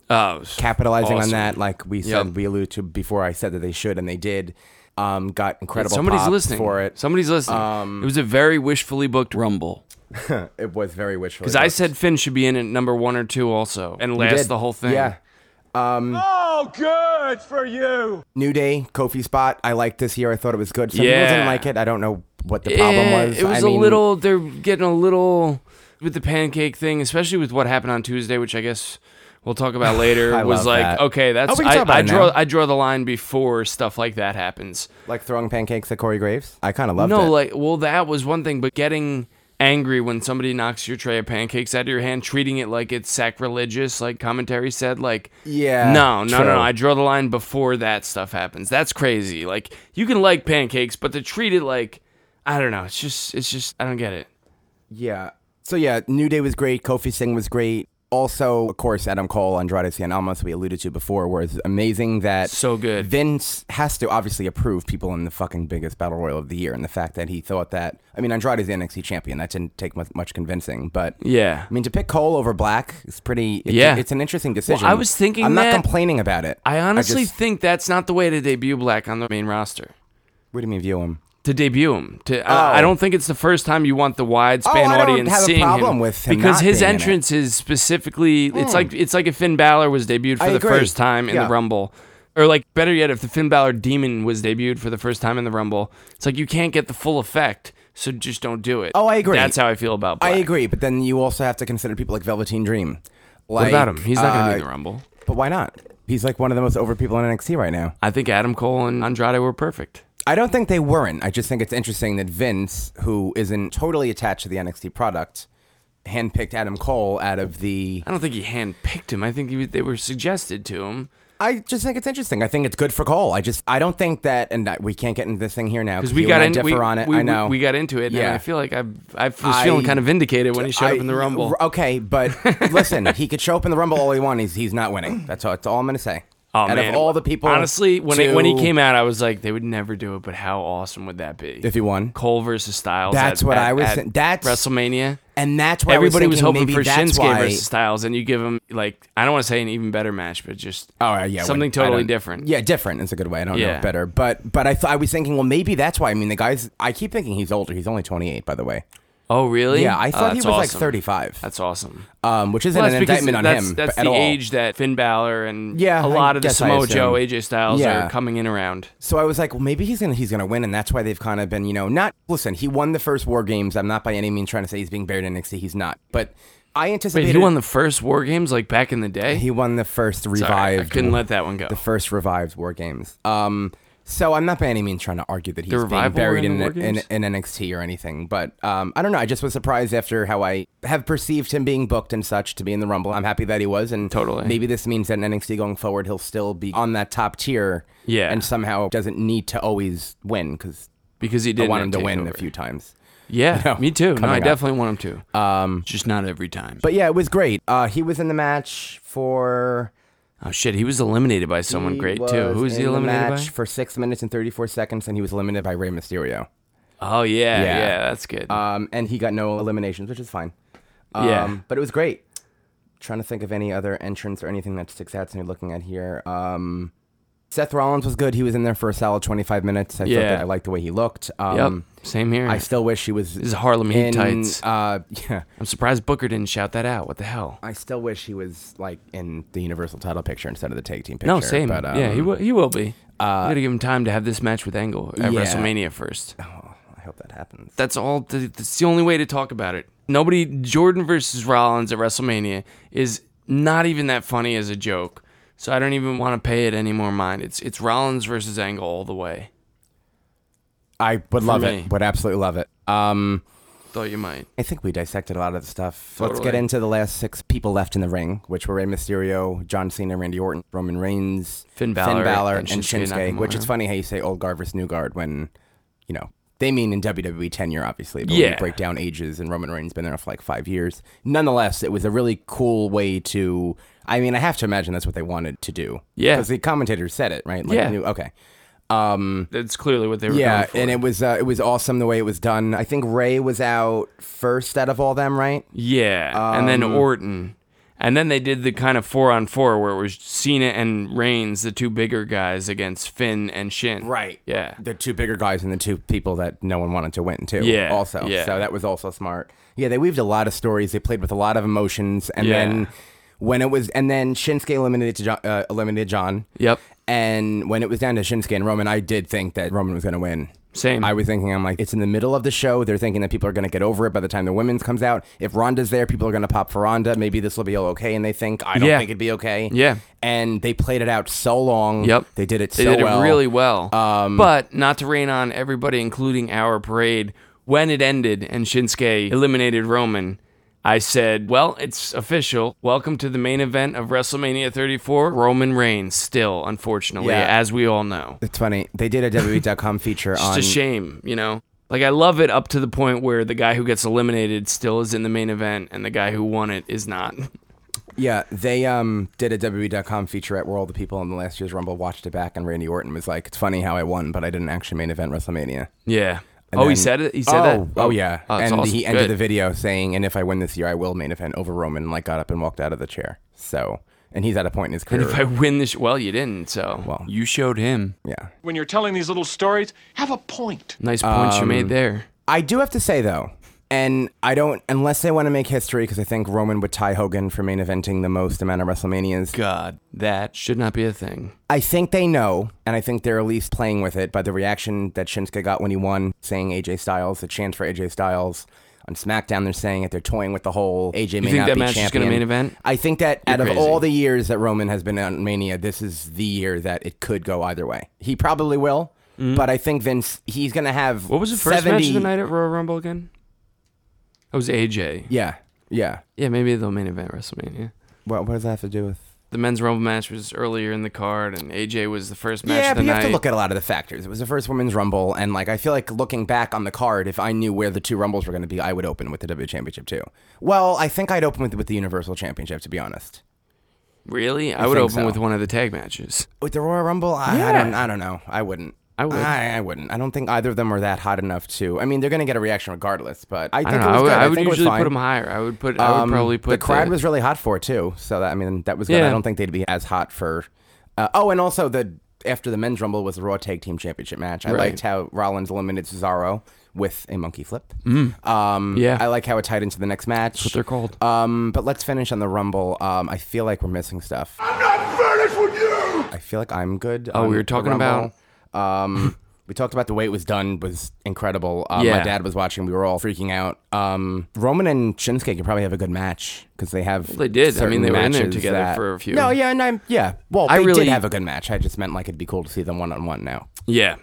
oh, s-
capitalizing on
Awesome.
that, like we said,
Yep.
we alluded to before. I said that they should, and they did. Um, got incredible.
Somebody's
pop
listening
for it. Um,
Somebody's listening. it was a very wishfully booked rumble.
it was very wishful.
Because I said Finn should be in at number one or two also, and last the whole thing.
Yeah.
Oh, good for you.
New Day, Kofi spot. I liked this year. I thought it was good. Some people didn't
Yeah.
like it. I don't know what the problem
Eh,
was.
It was
I
a
mean,
little. They're getting a little with the pancake thing, especially with what happened on Tuesday, which I guess we'll talk about later.
I
was
love
like,
that.
okay,
Oh,
that's
we can
I,
talk about
I
it
draw.
now.
I draw the line before stuff like that happens.
like throwing pancakes at Corey Graves. I kind of loved
no,
it.
like, well, that was one thing, but getting angry when somebody knocks your tray of pancakes out of your hand, treating it like it's sacrilegious, like commentary said, like,
Yeah,
no, no, no,
true.
no. I draw the line before that stuff happens. That's crazy. Like, you can like pancakes, but to treat it like, I don't know, it's just, it's just, I don't get it.
yeah. So yeah, New Day was great. Kofi Singh was great. Also, of course, Adam Cole, Andrade Cien Almas, we alluded to before, was amazing. That
So good.
Vince has to obviously approve people in the fucking biggest battle royal of the year, and the fact that he thought that. I mean, Andrade's the NXT champion. That didn't take much, much convincing, but
Yeah.
I mean, to pick Cole over Black is pretty. It's,
Yeah.
it's an interesting decision.
I was thinking
I'm
that-
not complaining about it.
I honestly
just-
think that's not the way to debut Black on the main roster.
what do you mean view him?
to debut him. To I,
Oh.
I don't think it's the first time you want the wide
Oh,
span
I don't
audience
have a
seeing
problem
him
with him
because
not
his
being in it. Hmm.
entrance is specifically it's like it's like if Finn Balor was debuted for
I
the
agree.
first time in
Yeah.
the Rumble. Or like better yet, if the Finn Balor demon was debuted for the first time in the Rumble, it's like you can't get the full effect, so just don't do it.
Oh, I agree.
That's how I feel about. Black.
I agree, but then you also have to consider people like Velveteen Dream. Like,
What about him? He's not going to be in the
uh,
Rumble.
But why not? He's like one of the most over people in NXT right now.
I think Adam Cole and Andrade were perfect.
I don't think they weren't. I just think it's interesting that Vince, who isn't totally attached to the NXT product, handpicked Adam Cole out of the.
I don't think he handpicked him. I think he, was- they were suggested to him
I just think it's interesting. I think it's good for Cole. I just I don't think that, and I, we can't get into this thing here now
because we
you
got
and I
in,
differ
we,
on it.
we-
I know
we, we got into it. and
Yeah.
I feel like I've, I was feeling
I-
kind of vindicated when he showed up
I-
in the rumble. Oh,
Okay, but listen, he could show up in the rumble all he wants. He's, he's not winning. That's all. That's all I'm gonna say.
Oh,
out
man.
of all the people,
honestly, when it, when he
to-
came out, I was like, they would never do it. But how awesome would that be
if he won,
Cole versus Styles?
That's
at-
what
at-
I was
at
thin- that's-
WrestleMania.
and that's why
Everybody
I
was,
was, thinking maybe
hoping for
that's
Shinsuke
why,
versus Styles, and you give him like I don't want to say an even better match, but just
Oh yeah,
something
when- I
totally
don't-
different.
Yeah, different is a good way. I don't know
Yeah.
if better, but but I th- I was thinking, well, maybe that's why. I mean, the guys. I keep thinking he's older. He's only 28, by the way.
Oh really?
Yeah, I
Oh,
thought he
that's
was like
awesome.
35.
That's awesome.
um, which isn't
Well,
an
that's because
indictment on
that's,
him
That's
at
the
all.
age that Finn Balor and
Yeah, I
a lot of the
guess I
Samoa Joe,
assume.
AJ Styles
Yeah.
are coming in around.
So I was like, well, maybe he's gonna he's gonna win, and that's why they've kind of been, you know, not listen. He won the first War Games. I'm not by any means trying to say he's being buried in NXT. He's not, but I
Wait,
anticipated
he won the first War Games like back in the day.
he won the first revived.
Sorry, I couldn't let that one go.
the first revived War Games. Um, so I'm not by any means trying to argue that he's being
revival
buried
in
in,
the War
in,
Games?
in NXT or anything, but um, I don't know. I just was surprised after how I have perceived him being booked and such to be in the Rumble. I'm happy that he was, and
Totally.
maybe this means that in NXT going forward, he'll still be on that top tier.
Yeah.
and somehow doesn't need to always win because
because he
I
didn't
want him to
have
win
TakeOver.
a few times.
Yeah,
know,
me too. No,
coming
I
up.
definitely want him to. Um, just not every time. But
But yeah, it was great. Uh, he was in the match for
oh shit, he was eliminated by someone
he
great
was
too. Who was he
in the
eliminated
match
by?
for six minutes and 34 seconds, and he was eliminated by Rey Mysterio.
Oh yeah, yeah,
Yeah.
that's good.
Um, and he got no eliminations, which is fine. Um,
Yeah.
But it was great. Trying to think of any other entrance or anything that sticks out to me looking at here. Um, Seth Rollins was good. He was in there for a solid 25 minutes. I thought
Yeah.
that I liked the way he looked.
yep,
Um,
same here.
I
I
still wish he was.
is Harlem Heat
in,
tights.
Uh, yeah.
am surprised Booker didn't shout that out. What the hell?
I still wish he was like in the Universal title picture instead of the tag team picture.
no, same.
But, um, uh,
yeah, he will. He will be. we gotta give him time to have this match with Angle at
Yeah.
WrestleMania first.
I hope that happens.
That's all. th- That's the only way to talk about it. Nobody. Jordan versus Rollins at WrestleMania is not even that funny as a joke. So I don't even want to pay it any more mind. It's it's Rollins versus Angle all the way.
I would love
me.
it. Would absolutely love it. Um,
Thought you might.
I think we dissected a lot of the stuff. Let's
Totally.
get into the last six people left in the ring, which were Rey Mysterio, John Cena, Randy Orton, Roman Reigns,
Finn Balor,
and,
and
Shinsuke.
Shinsuke
which is
Nakamura.
funny how you say old guard versus new guard when, you know, they mean in WWE tenure, obviously. But when you
Yeah.
break down ages, and Roman Reigns been there for like five years. Nonetheless, it was a really cool way to. I mean, I have to imagine that's what they wanted to do.
Yeah.
because the commentators said it right. Like,
Yeah.
New, okay.
That's clearly what they were.
Yeah,
going for.
and it was uh, it was awesome the way it was done. I think Ray was out first out of all them, right? Um,
yeah, and then Orton, And then they did the kind of four on four where it was Cena and Reigns, the two bigger guys, against Finn and Shin.
Right.
Yeah.
The two bigger guys and the two people that no one wanted to win too.
Yeah,
Also.
yeah.
So that was also smart. Yeah, they weaved a lot of stories. They played with a lot of emotions, and
Yeah.
then when it was, and then Shinsuke eliminated to John, uh, eliminated John.
Yep.
And when it was down to Shinsuke and Roman, I did think that Roman was going to win.
Same.
I was thinking, I'm like, it's in the middle of the show. They're thinking that people are going to get over it by the time the women's comes out. If Ronda's there, people are going to pop for Ronda. Maybe this will be all okay. And they think, I don't
Yeah.
think it'd be okay.
Yeah.
And they played it out so long.
Yep.
They did it so
They did
well. Um,
it really well. but not to rain on everybody, including our parade, when it ended and Shinsuke eliminated Roman, I said, well, it's official. Welcome to the main event of WrestleMania 34. Roman Reigns, still, unfortunately,
Yeah.
as we all know.
It's funny. They did a WWE.com feature
It's
on.
just a shame, you know? Like, I love it up to the point where the guy who gets eliminated still is in the main event and the guy who won it is not.
Yeah, they um did a WWE.com feature at where all the people in the last year's Rumble watched it back, and Randy Orton was like, "It's funny how I won, but I didn't actually main event WrestleMania."
Yeah.
And
oh,
then-
he said it? He said
oh,
that?
Oh, yeah.
Oh, that's
and
awesome.
he ended
Good.
the video saying, "And if I win this year, I will main event over Roman." And like got up and walked out of the chair. So, and he's at a point in his career.
And if I win this, well, you didn't, so.
Well.
you showed him.
yeah,
When you're telling these little stories, have a point.
Nice points you
Um,
made there.
I do have to say though, and I don't unless they want to make history because I think Roman would tie Hogan for main eventing the most amount of WrestleManias.
God, that should not be a thing.
I think they know, and I think they're at least playing with it by the reaction that Shinsuke got when he won, saying AJ Styles, the chance for AJ Styles. On SmackDown, they're saying it. They're toying with the whole AJ may
think
not
that
be
match is gonna
champion.
main event?
I think that out of
crazy.
all the years that Roman has been on Mania, this is the year that it could go either way. He probably will, but I think Vince, he's going to have.
Mm. What was the first
70,
match of the night at Royal Rumble again? It was AJ.
Yeah, yeah.
Yeah, maybe they'll main event WrestleMania.
What, what does that have to do with?
The men's Rumble match was earlier in the card, and AJ was the first match
yeah,
of
but
the
you
night.
have to look at a lot of the factors. It was the first women's rumble, and like I feel like looking back on the card, if I knew where the two rumbles were going to be, I would open with the W Championship too. Well, I think I'd open with with the Universal Championship to be honest.
really? I, would
think
open
so.
with one of the tag matches.
With the Royal Rumble, I, I don't, I don't know. I wouldn't.
I would.
I, I wouldn't. I don't think either of them are that hot enough to. I mean, they're going to get a reaction regardless, but I think
I don't know.
it
I
was
would,
good.
I
I
would
think it was
usually
fine.
put them higher. I would put. I would
Um,
probably put
the crowd was really hot for it too. So that I mean, that was good.
Yeah.
I don't think they'd be as hot for. Uh, oh, and also the after the men's rumble was the Raw Tag Team Championship match. I
Right.
liked how Rollins eliminated Cesaro with a monkey flip. Um,
Yeah.
I like how it tied into the next match. That's
Mm-hmm. what they're called.
Um, but let's finish on the rumble. Um, I feel like we're missing stuff.
I'm not finished with you!
I feel like I'm good.
Oh, we
on
were
the
talking
Rumble. Um, we talked about the way it was done was incredible. Uh,
Yeah.
My dad was watching. We were all freaking out. Um, Roman and Shinsuke could probably have a good match because they have.
they did. I mean,
certain
they were in there
matches
together
that-
for a few.
No, yeah, and I'm yeah. Well,
I
they
really-
did have a good match. I just meant like it'd be cool to see them one on one now.
Yeah.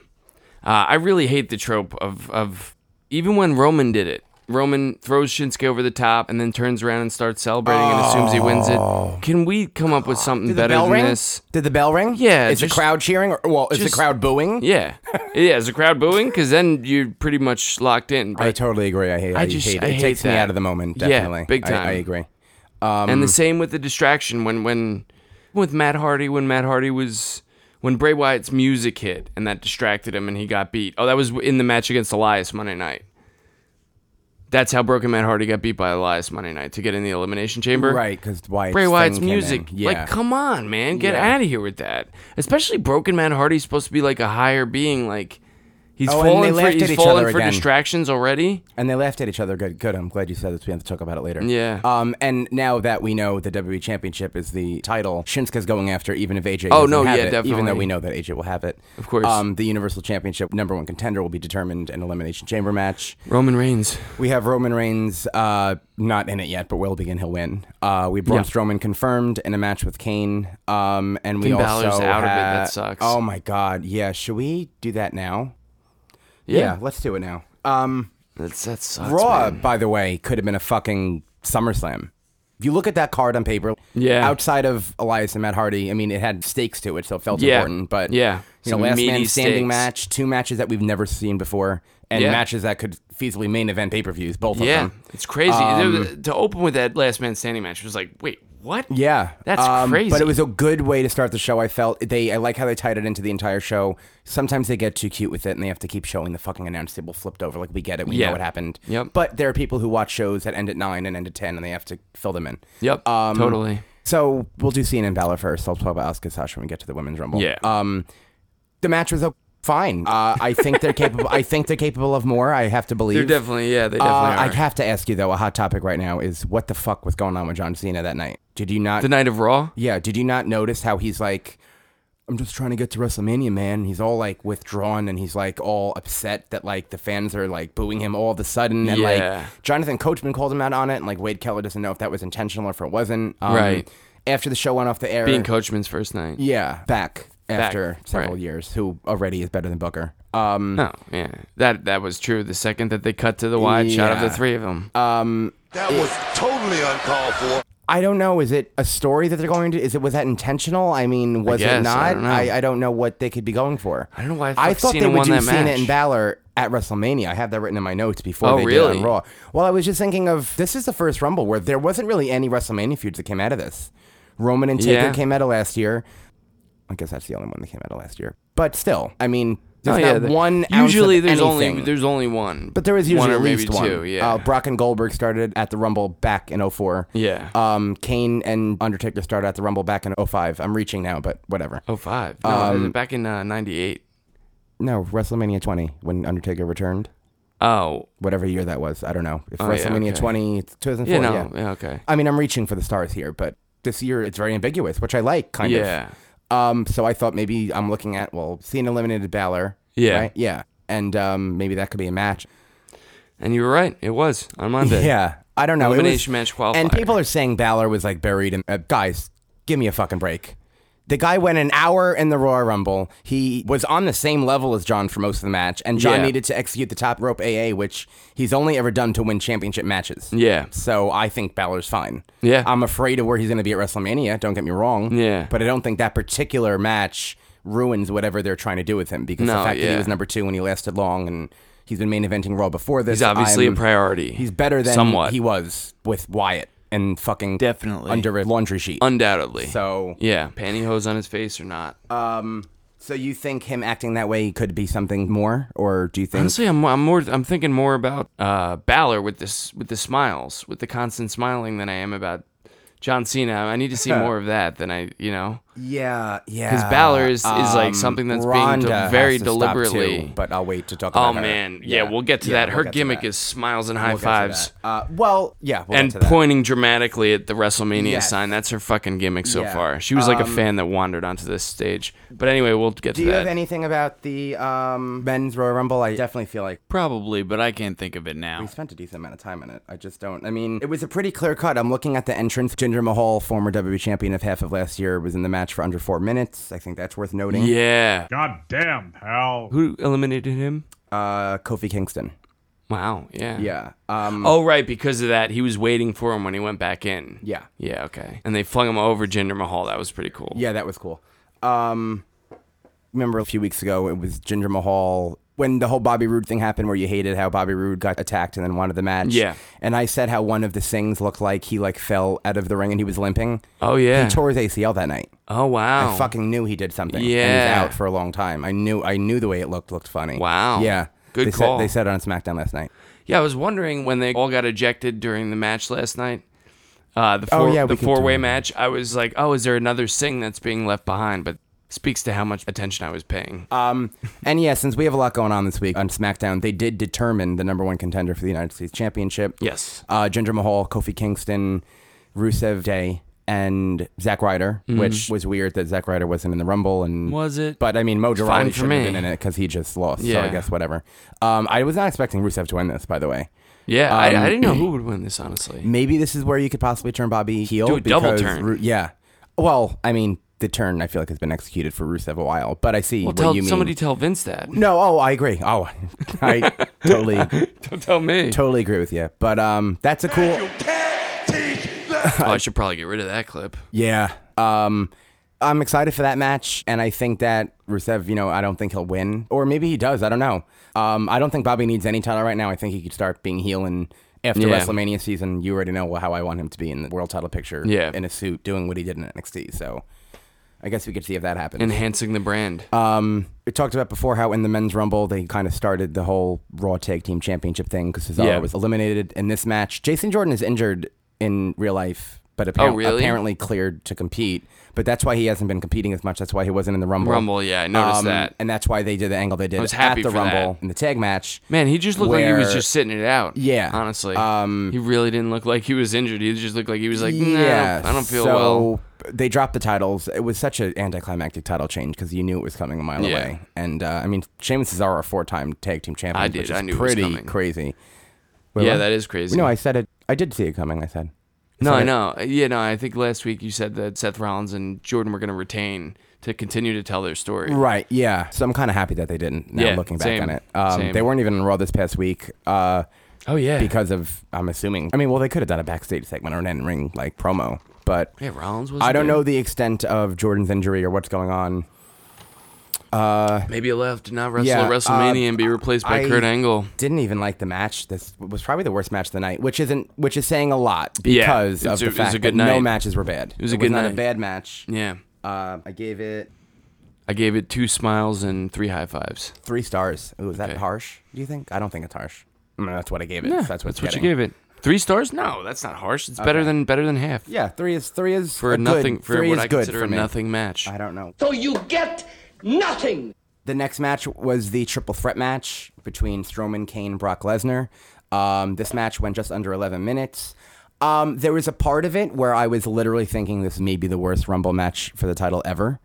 Uh, I really hate the trope of, of even when Roman did it. Roman throws Shinsuke over the top and then turns around and starts celebrating and assumes he wins it. Can we come up with something
Did the
better
bell
than
ring?
this?
Did the bell ring?
Yeah,
Is
just-
the crowd cheering? Or, well, is
just-
the crowd booing?
Yeah. yeah, is the crowd booing? Because then you're pretty much locked in.
I
But,
totally agree. I hate.
I
I,
just-
hate it.
I
it
hate
takes me
that.
out of the moment.
Yeah,
Definitely.
big
I-
time.
I, agree.
and
Mm.
the same with the distraction when, when with Matt Hardy, when Matt Hardy was. When Bray Wyatt's music hit and that distracted him and he got beat. Oh, that was in the match against Elias Monday night. That's how Broken Matt Hardy got beat by Elias Monday night to get in the Elimination Chamber.
Right, because Wyatt's
Bray Wyatt's
thing came in.
music.
Yeah.
Like, come on, man. Get
Yeah.
out of here with that. Especially Broken Man Hardy's supposed to be like a higher being. Like, he's
Oh, and they
fallen for,
laughed at
he's
each
fallen
other
for
again.
distractions already.
And they laughed at each other. Good, good. I'm glad you said this. We have to talk about it later.
Yeah.
Um. And now that we know the WWE Championship is the title, Shinsuke's going after, even if AJ.
Oh,
doesn't
no,
have
yeah,
it, Even
definitely.
though we know that AJ will have it,
Of course.
Um. The Universal Championship number one contender will be determined in elimination chamber match.
Roman Reigns.
We have Roman Reigns, uh, not in it yet, but will be, and he'll win. Uh, we have Braun
Yeah.
Strowman confirmed in a match with Kane. Um. And we
Finn
also
Balor's out of it. That
ha-
sucks.
Oh my God. Yeah. Should we do that now?
Yeah.
let's do it now. Um.
That's, that sucks.
Raw,
man.
by the way, could have been a fucking SummerSlam. If you look at that card on paper,
Yeah.
outside of Elias and Matt Hardy, I mean, it had stakes to it, so it felt
Yeah.
important. But
Yeah.
you know,
Some
last man
meaty
standing
stakes.
match, two matches that we've never seen before, and
Yeah.
matches that could feasibly main event pay per views, both
Yeah.
of them. Um,
It's crazy. to open with that last man standing match was like, wait, What?
Yeah, Um,
That's crazy.
But it was a good way to start the show. I felt they. I like how they tied it into the entire show. Sometimes they get too cute with it, and they have to keep showing the fucking announce table flipped over. Like we get it, we
Yeah.
know what happened.
Yep.
But there are people who watch shows that end at nine and end at ten, and they have to fill them in.
Yep,
um,
totally.
So we'll do CNN Balor first. I'll talk about Asuka Sasha when we get to the women's rumble.
Yeah.
Um, the match was o- fine. Uh, I think they're capable. I think they're capable of more. I have to believe.
They're definitely, yeah, they
Uh,
definitely are.
I have to ask you though. A hot topic right now is what the fuck was going on with John Cena that night? Did you not?
the night of Raw?
Yeah, did you not notice how he's like, I'm just trying to get to WrestleMania, man. He's all like withdrawn and he's like all upset that like the fans are like booing him all of a sudden. And
Yeah.
like Jonathan Coachman called him out on it. And like Wade Keller doesn't know if that was intentional or if it wasn't. Um,
Right.
After the show went off the air.
Being Coachman's first night.
yeah. Back, after several
right.
years, who already is better than Booker. Um,
No, yeah. That that was true. The second that they cut to the wide shot of the
Yeah. Uh,
three of them. Oh,
That was totally uncalled for.
I don't know. Is it a story that they're going to? Is it was that intentional? I mean, was
guess, I
it not?
don't know.
I, I don't know what they could be going for. I
don't know why I thought
thought
Cena
they would
won
do
that
Cena
match.
and Balor at WrestleMania. I have that written in my notes before
Oh,
they
really?
did it on Raw. Well, I was just thinking of this is the first Rumble where there wasn't really any WrestleMania feuds that came out of this. Roman and Taker
Yeah.
came out of last year. I guess that's the only one that came out of last year. But still, I mean,
Oh,
there's
yeah,
not
the-
one. ounce
Usually,
of
there's only
anything.
there's only one,
But there was usually
one or
at
maybe
least one.
two. Yeah,
Uh, Brock and Goldberg started at the Rumble back in 04.
Yeah.
Um, Kane and Undertaker started at the Rumble back in 05. I'm reaching now, but whatever.
oh five. No,
Um,
back in uh, '98.
No, WrestleMania 20 when Undertaker returned.
Oh,
Whatever year that was, I don't know. If
Oh, yeah,
WrestleMania
okay.
20, it's 2004.
yeah, no, yeah. okay,
I mean, I'm reaching for the stars here, but this year it's very ambiguous, which I like, kind of.
yeah.
Um, so I thought maybe I'm looking at well, Cena eliminated Balor.
Yeah.
Right? Yeah. And um, maybe that could be a match.
And you were right. It was on Monday.
Yeah, I don't know. It
Elimination match qualifier.
And people are saying Balor was like buried. In, uh, guys, give me a fucking break. The guy went an hour in the Royal Rumble. He was on the same level as John for most of the match, and John
Yeah.
needed to execute the top rope AA, which he's only ever done to win championship matches.
Yeah.
So I think Balor's fine.
Yeah.
I'm afraid of where he's going to be at WrestleMania. Don't get me wrong.
Yeah.
But I don't think that particular match ruins whatever they're trying to do with him because
No,
the fact that
yeah.
he was number two and he lasted long and he's been main eventing Raw before this.
He's obviously
I'm-
a priority.
He's better than
Somewhat.
he was with Wyatt and fucking
Definitely.
under a laundry sheet.
undoubtedly.
So-
yeah, pantyhose on his face or not?
so you think him acting that way could be something more, or do you think?
Honestly, I'm, I'm more I'm thinking more about uh, Balor with this with the smiles, with the constant smiling, than I am about John Cena. I need to see more of that than I, you know,
yeah, yeah.
because Balor is, is like
Um,
something that's being
Rhonda
de-
has
very
to stop
deliberately.
too, but I'll wait to talk.
oh
about her.
man, yeah, we'll get to
Yeah,
that.
we'll
Her
get to
gimmick
that.
is smiles and high
We'll get to
fives.
that. Uh, well, yeah, we'll get
and
to that.
pointing dramatically at the WrestleMania
Yes.
sign. That's her fucking gimmick so
Yeah. Um,
far. She was like a fan that wandered onto this stage. But anyway, we'll get
Do
to
you
that.
have anything about the um, men's Royal Rumble? I definitely feel like
Probably, but I can't think of it now.
We spent a decent amount of time on it. I just don't. I mean, it was a pretty clear cut. I'm looking at the entrance. Jinder Mahal, former WWE champion of half of last year, was in the match for under four minutes. I think that's worth noting.
yeah.
God damn, Hal.
Who eliminated him?
Uh, Kofi Kingston.
Wow. Yeah.
Yeah. Um,
Oh, right. Because of that, he was waiting for him when he went back in.
Yeah.
Yeah. Okay. And they flung him over Jinder Mahal. That was pretty cool.
Yeah, that was cool. Um, remember a few weeks ago, it was Jinder Mahal when the whole Bobby Roode thing happened, where you hated how Bobby Roode got attacked and then wanted the match.
Yeah.
and I said how one of the things looked like he like fell out of the ring and he was limping.
Oh, yeah.
he tore his ACL that night.
Oh wow.
I fucking knew he did something.
Yeah.
and he's out for a long time. I knew. I knew the way it looked looked funny.
Wow.
Yeah,
Good
they
call.
Said, they said it on SmackDown last night.
yeah. I was wondering when they all got ejected during the match last night. Uh, the four,
Oh, yeah, we
the
could do
four way
that.
match. I was like, oh, is there another Singh that's being left behind? But speaks to how much attention I was paying.
Uh, And yeah, since we have a lot going on this week on SmackDown, they did determine the number one contender for the United States Championship.
Yes.
Uh, Jinder Mahal, Kofi Kingston, Rusev Day, and Zack Ryder, which was weird that Zack Ryder wasn't in the Rumble. And
Mm-hmm. Was it?
But I mean, Mo Durrani
fine for
should have
me.
been in it because he just lost. So
Yeah.
I guess whatever. Um, I was not expecting Rusev to win this, by the way.
yeah.
um,
I, I didn't know who would win this honestly.
Maybe this is where you could possibly turn Bobby heel.
Do a double
because
turn.
Ru- yeah. Well, I mean, the turn I feel like has been executed for Rusev a while, but I see
Well,
what
tell
you mean.
somebody tell Vince that.
No, oh, I agree. Oh, I totally,
Don't tell me.
totally agree with you. But um, that's a cool.
You can't teach that.
Oh, I should probably get rid of that clip.
Yeah. Um, I'm excited for that match, and I think that Rusev, you know, I don't think he'll win, or maybe he does. I don't know. Um, I don't think Bobby needs any title right now. I think he could start being heel and after
Yeah.
WrestleMania season, you already know how I want him to be in the world title picture,
Yeah.
in a suit, doing what he did in NXT. So, I guess we could see if that happens.
enhancing the brand.
Um, we talked about before how in the men's rumble they kind of started the whole Raw Tag Team Championship thing because Cesaro
Yeah.
was eliminated in this match. Jason Jordan is injured in real life, but appar-
Oh, really?
apparently cleared to compete. But that's why he hasn't been competing as much. That's why he wasn't in the rumble. Um,
Rumble, yeah, I noticed that.
and that's why they did the angle they did
was happy
at the
for
rumble
that.
in the tag match.
Man, he just looked like he was
where-
just sitting it out.
Yeah.
honestly,
Um,
he really didn't look like he was injured. He just looked like he was like, nah,
yeah,
I don't feel
so
well.
They dropped the titles. It was such an anticlimactic title change because you knew it was coming a mile
Yeah.
away. And uh, I mean, Sheamus and Cesaro are four-time tag team champions,
I did.
which is
I knew it was
pretty
coming.
crazy.
Yeah,
what?
that is crazy.
No, I said it. I did see it coming. I said.
No,
said
I
it.
know. Yeah, no, I think last week you said that Seth Rollins and Jordan were going to retain to continue to tell their story.
Right. Yeah. So I'm kind of happy that they didn't. Now
Yeah,
looking back
same,
on it, um,
same.
they weren't even on Raw this past week. Uh,
Oh yeah,
because of I'm assuming. I mean, well, they could have done a backstage segment or an in-ring like promo, but
yeah, Rollins was.
I don't
there.
know the extent of Jordan's injury or what's going on.
Maybe he'll have to not wrestle
Yeah,
at WrestleMania
uh,
and be replaced by
I-
Kurt Angle.
Didn't even like the match. This was probably the worst match of the night, which isn't which is saying a lot
Yeah,
because
it's
of
a-
the
it was a
fact
good
that no
night.
matches were bad. It
was a good
not a
night.
bad match.
Yeah,
Uh, I gave it
I gave it two smiles and three high fives.
three stars. Ooh, is that
Okay.
harsh? Do you think? I don't think it's harsh. I mean, that's what I gave it. so that's what,
that's what you gave it. Three stars? No, that's not harsh. It's better than better than half.
Yeah, three is three is
for
a
a nothing
Good,
for
three
what
is
I
good
consider
for
a
me.
nothing match.
I don't know.
So you get nothing.
The next match was the triple threat match between Strowman, Kane, and Brock Lesnar. Um, this match went just under 11 minutes. Um, there was a part of it where I was literally thinking this may be the worst Rumble match for the title ever.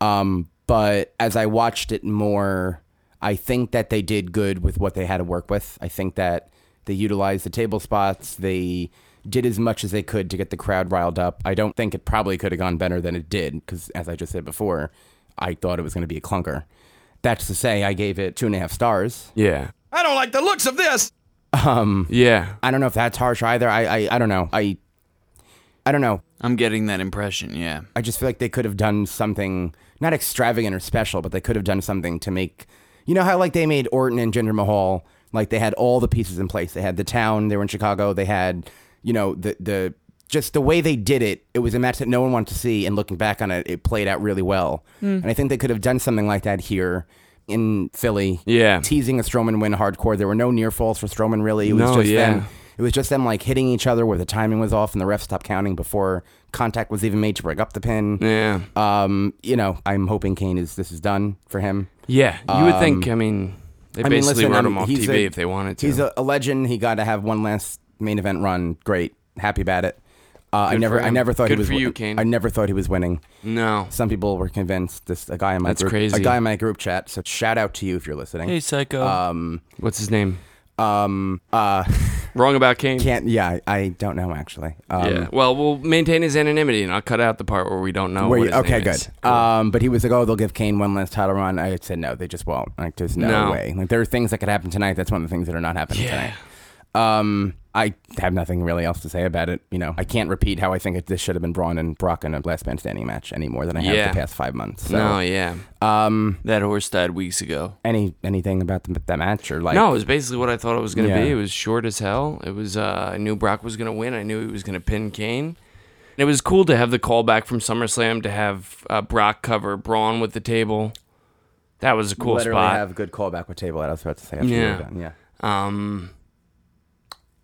Um, but as I watched it more, I think that they did good with what they had to work with. I think that they utilized the table spots. They did as much as they could to get the crowd riled up. I don't think it probably could have gone better than it did because, as I just said before, I thought it was going to be a clunker. That's to say, I gave it two and a half stars.
yeah,
I don't like the looks of this.
yeah.
I don't know if that's harsh either. I, I, I don't know. I, I don't know.
I'm getting that impression, yeah.
I just feel like they could have done something not extravagant or special, but they could have done something to make you know how like they made Orton and Jinder Mahal like they had all the pieces in place. They had the town, they were in Chicago, they had you know the the just the way they did it, it was a match that no one wanted to see and looking back on it, it played out really well. And I think they could have done something like that here in Philly.
Yeah.
Teasing a Strowman win hardcore. There were no near falls for Strowman really. It was
No,
just them
yeah.
it was just them like hitting each other where the timing was off and the ref stopped counting before contact was even made to break up the pin.
Yeah.
Um, you know, I'm hoping Kane is this is done for him.
Yeah, you would think. I mean, they
Um, I mean,
basically
listen,
wrote
I mean,
him off
he's
TV
a-
if they wanted to.
He's a, a legend. He got to have one last main event run. Great, happy about it. Uh, I
Good
never,
for
I
him.
never thought he
Good
was.
for you,
win-
Kane.
I never thought he was winning.
no.
Some people were convinced. This a guy in my
That's
group,
crazy.
a guy in my group chat. So shout out to you if you're listening.
psycho.
What's his name?
Um, uh,
Wrong about Kane.
can't. Yeah, I, I don't know actually. Um,
yeah. Well, we'll maintain his anonymity, and I'll cut out the part where we don't know.
Where
Oh, what
you-
his
okay,
name
good.
is.
Um, but he was like, "Oh, they'll give Kane one last title run." I said, "No, they just won't. Like, there's no,
No.
way. Like, there are things that could happen tonight. That's one of the things that are not happening
Yeah.
tonight." Um, I have nothing really else to say about it. You know, I can't repeat how I think it, this should have been Braun and Brock in a last man standing match any more than I have
Yeah.
the past five months. So, um,
No, yeah.
that horse died weeks ago.
any anything about the, that match or like
No, it was basically what I thought it was going to
Yeah.
be. It was short as hell. It was. Uh, I knew Brock was going to win. I knew he was going to pin Kane. And it was cool to have the callback from SummerSlam to have uh, Brock cover Braun with the table. That was a cool
literally
spot.
have good callback with table. I was about to say, after
Yeah.
we were done. yeah.
Um,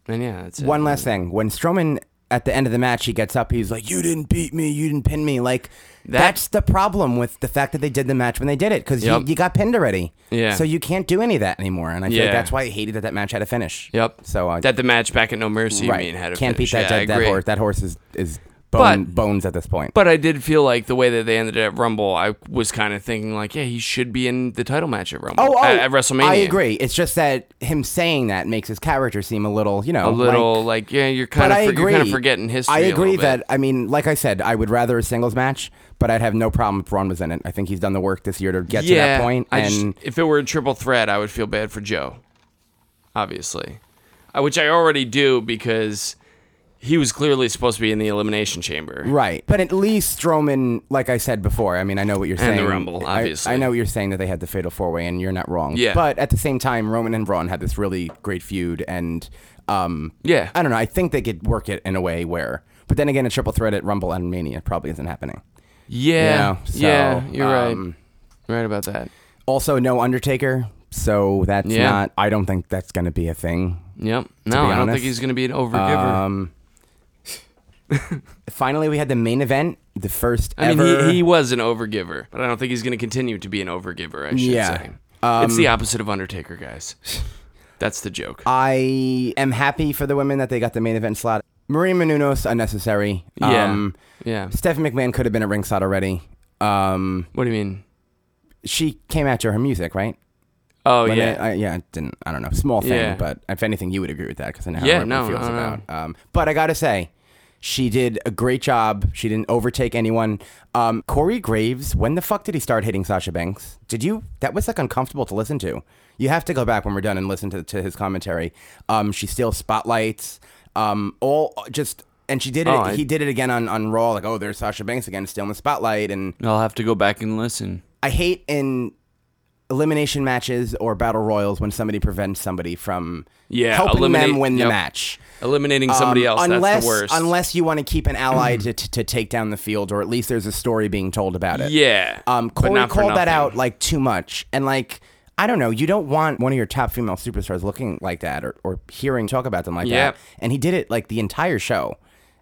and yeah, that's it.
One last thing. When Strowman at the end of the match, he gets up. He's like, "You didn't beat me. You didn't pin me." Like that's the problem with the fact that they did the match when they did it because
Yep.
you, you got pinned already.
Yeah.
So you can't do any of that anymore. And I feel
Yeah.
like that's why I hated that that match had a finish.
Yep.
So uh,
that the match back at No Mercy.
right
I mean, had a
can't
finish.
beat that
Yeah, I
dead, that
agree.
horse. That horse is is bone,
But-
bones at this point.
But I did feel like the way that they ended at Rumble, I was kind of thinking like, yeah, he should be in the title match at Rumble.
Oh, oh,
at, at WrestleMania.
I agree. It's just that him saying that makes his character seem a little, you know,
A little like, yeah, you're kind
but
of
I
you're
agree.
kind of forgetting history.
I
a little
agree
bit.
that I mean, like I said, I would rather a singles match, but I'd have no problem if Braun was in it. I think he's done the work this year to get to that point,
I
and
just, if it were a triple threat, I would feel bad for Joe, obviously, Uh, which I already do because he was clearly supposed to be in the elimination chamber.
right. But at least Strowman, like I said before, I mean, I know what you're
And the
saying.
Rumble,
I-
obviously.
I, know what you're saying that they had the fatal four way, and you're not wrong.
Yeah.
But at the same time, Roman and Braun had this really great feud, and Um,
Yeah.
I don't know. I think they could work it in a way where, but then again, a triple threat at Rumble and Mania probably isn't happening.
Yeah.
You know, so,
yeah. You're
um,
right. Right about that.
Also, no Undertaker, so that's
Yeah.
not. I don't think that's going to be a thing.
Yep. No, I don't
honest,
think he's going to be an overgiver.
Um, finally, we had the main event, the first
I mean,
ever.
he, he was an overgiver, but I don't think he's going to continue to be an overgiver, I should
Yeah. um,
say. it's the opposite of Undertaker, guys. That's the joke.
I am happy for the women that they got the main event slot. Maria Menounos unnecessary.
yeah.
Um,
yeah.
Stephanie McMahon could have been at ringside already. Um,
What do you mean?
she came after her music, right?
Oh,
When
yeah.
I, I, yeah, it didn't. I don't know. Small thing,
Yeah.
but if anything, you would agree with that because I know how
Yeah,
everyone
no,
feels
no, no.
about. Um, but I gotta say, she did a great job. She didn't overtake anyone. Um, Corey Graves, when the fuck did he start hitting Sasha Banks? Did you? That was like uncomfortable to listen to. You have to go back when we're done and listen to, to his commentary. Um, she steals spotlights. Um, all just. And she did it.
Oh, I-
he did it again on, on Raw. Like, oh, there's Sasha Banks again, stealing the spotlight. And
I'll have to go back and listen.
I hate in elimination matches or battle royals when somebody prevents somebody from
Yeah,
helping
eliminate-
them win the
yep.
match.
Eliminating somebody
Um,
else,
unless,
that's the worst.
Unless you want to keep an ally to, to, to take down the field, or at least there's a story being told about it.
yeah.
Um,
but
Corey
not for
called that
nothing.
out like too much, and like I don't know, you don't want one of your top female superstars looking like that or, or hearing talk about them like
Yep.
that. And he did it like the entire show.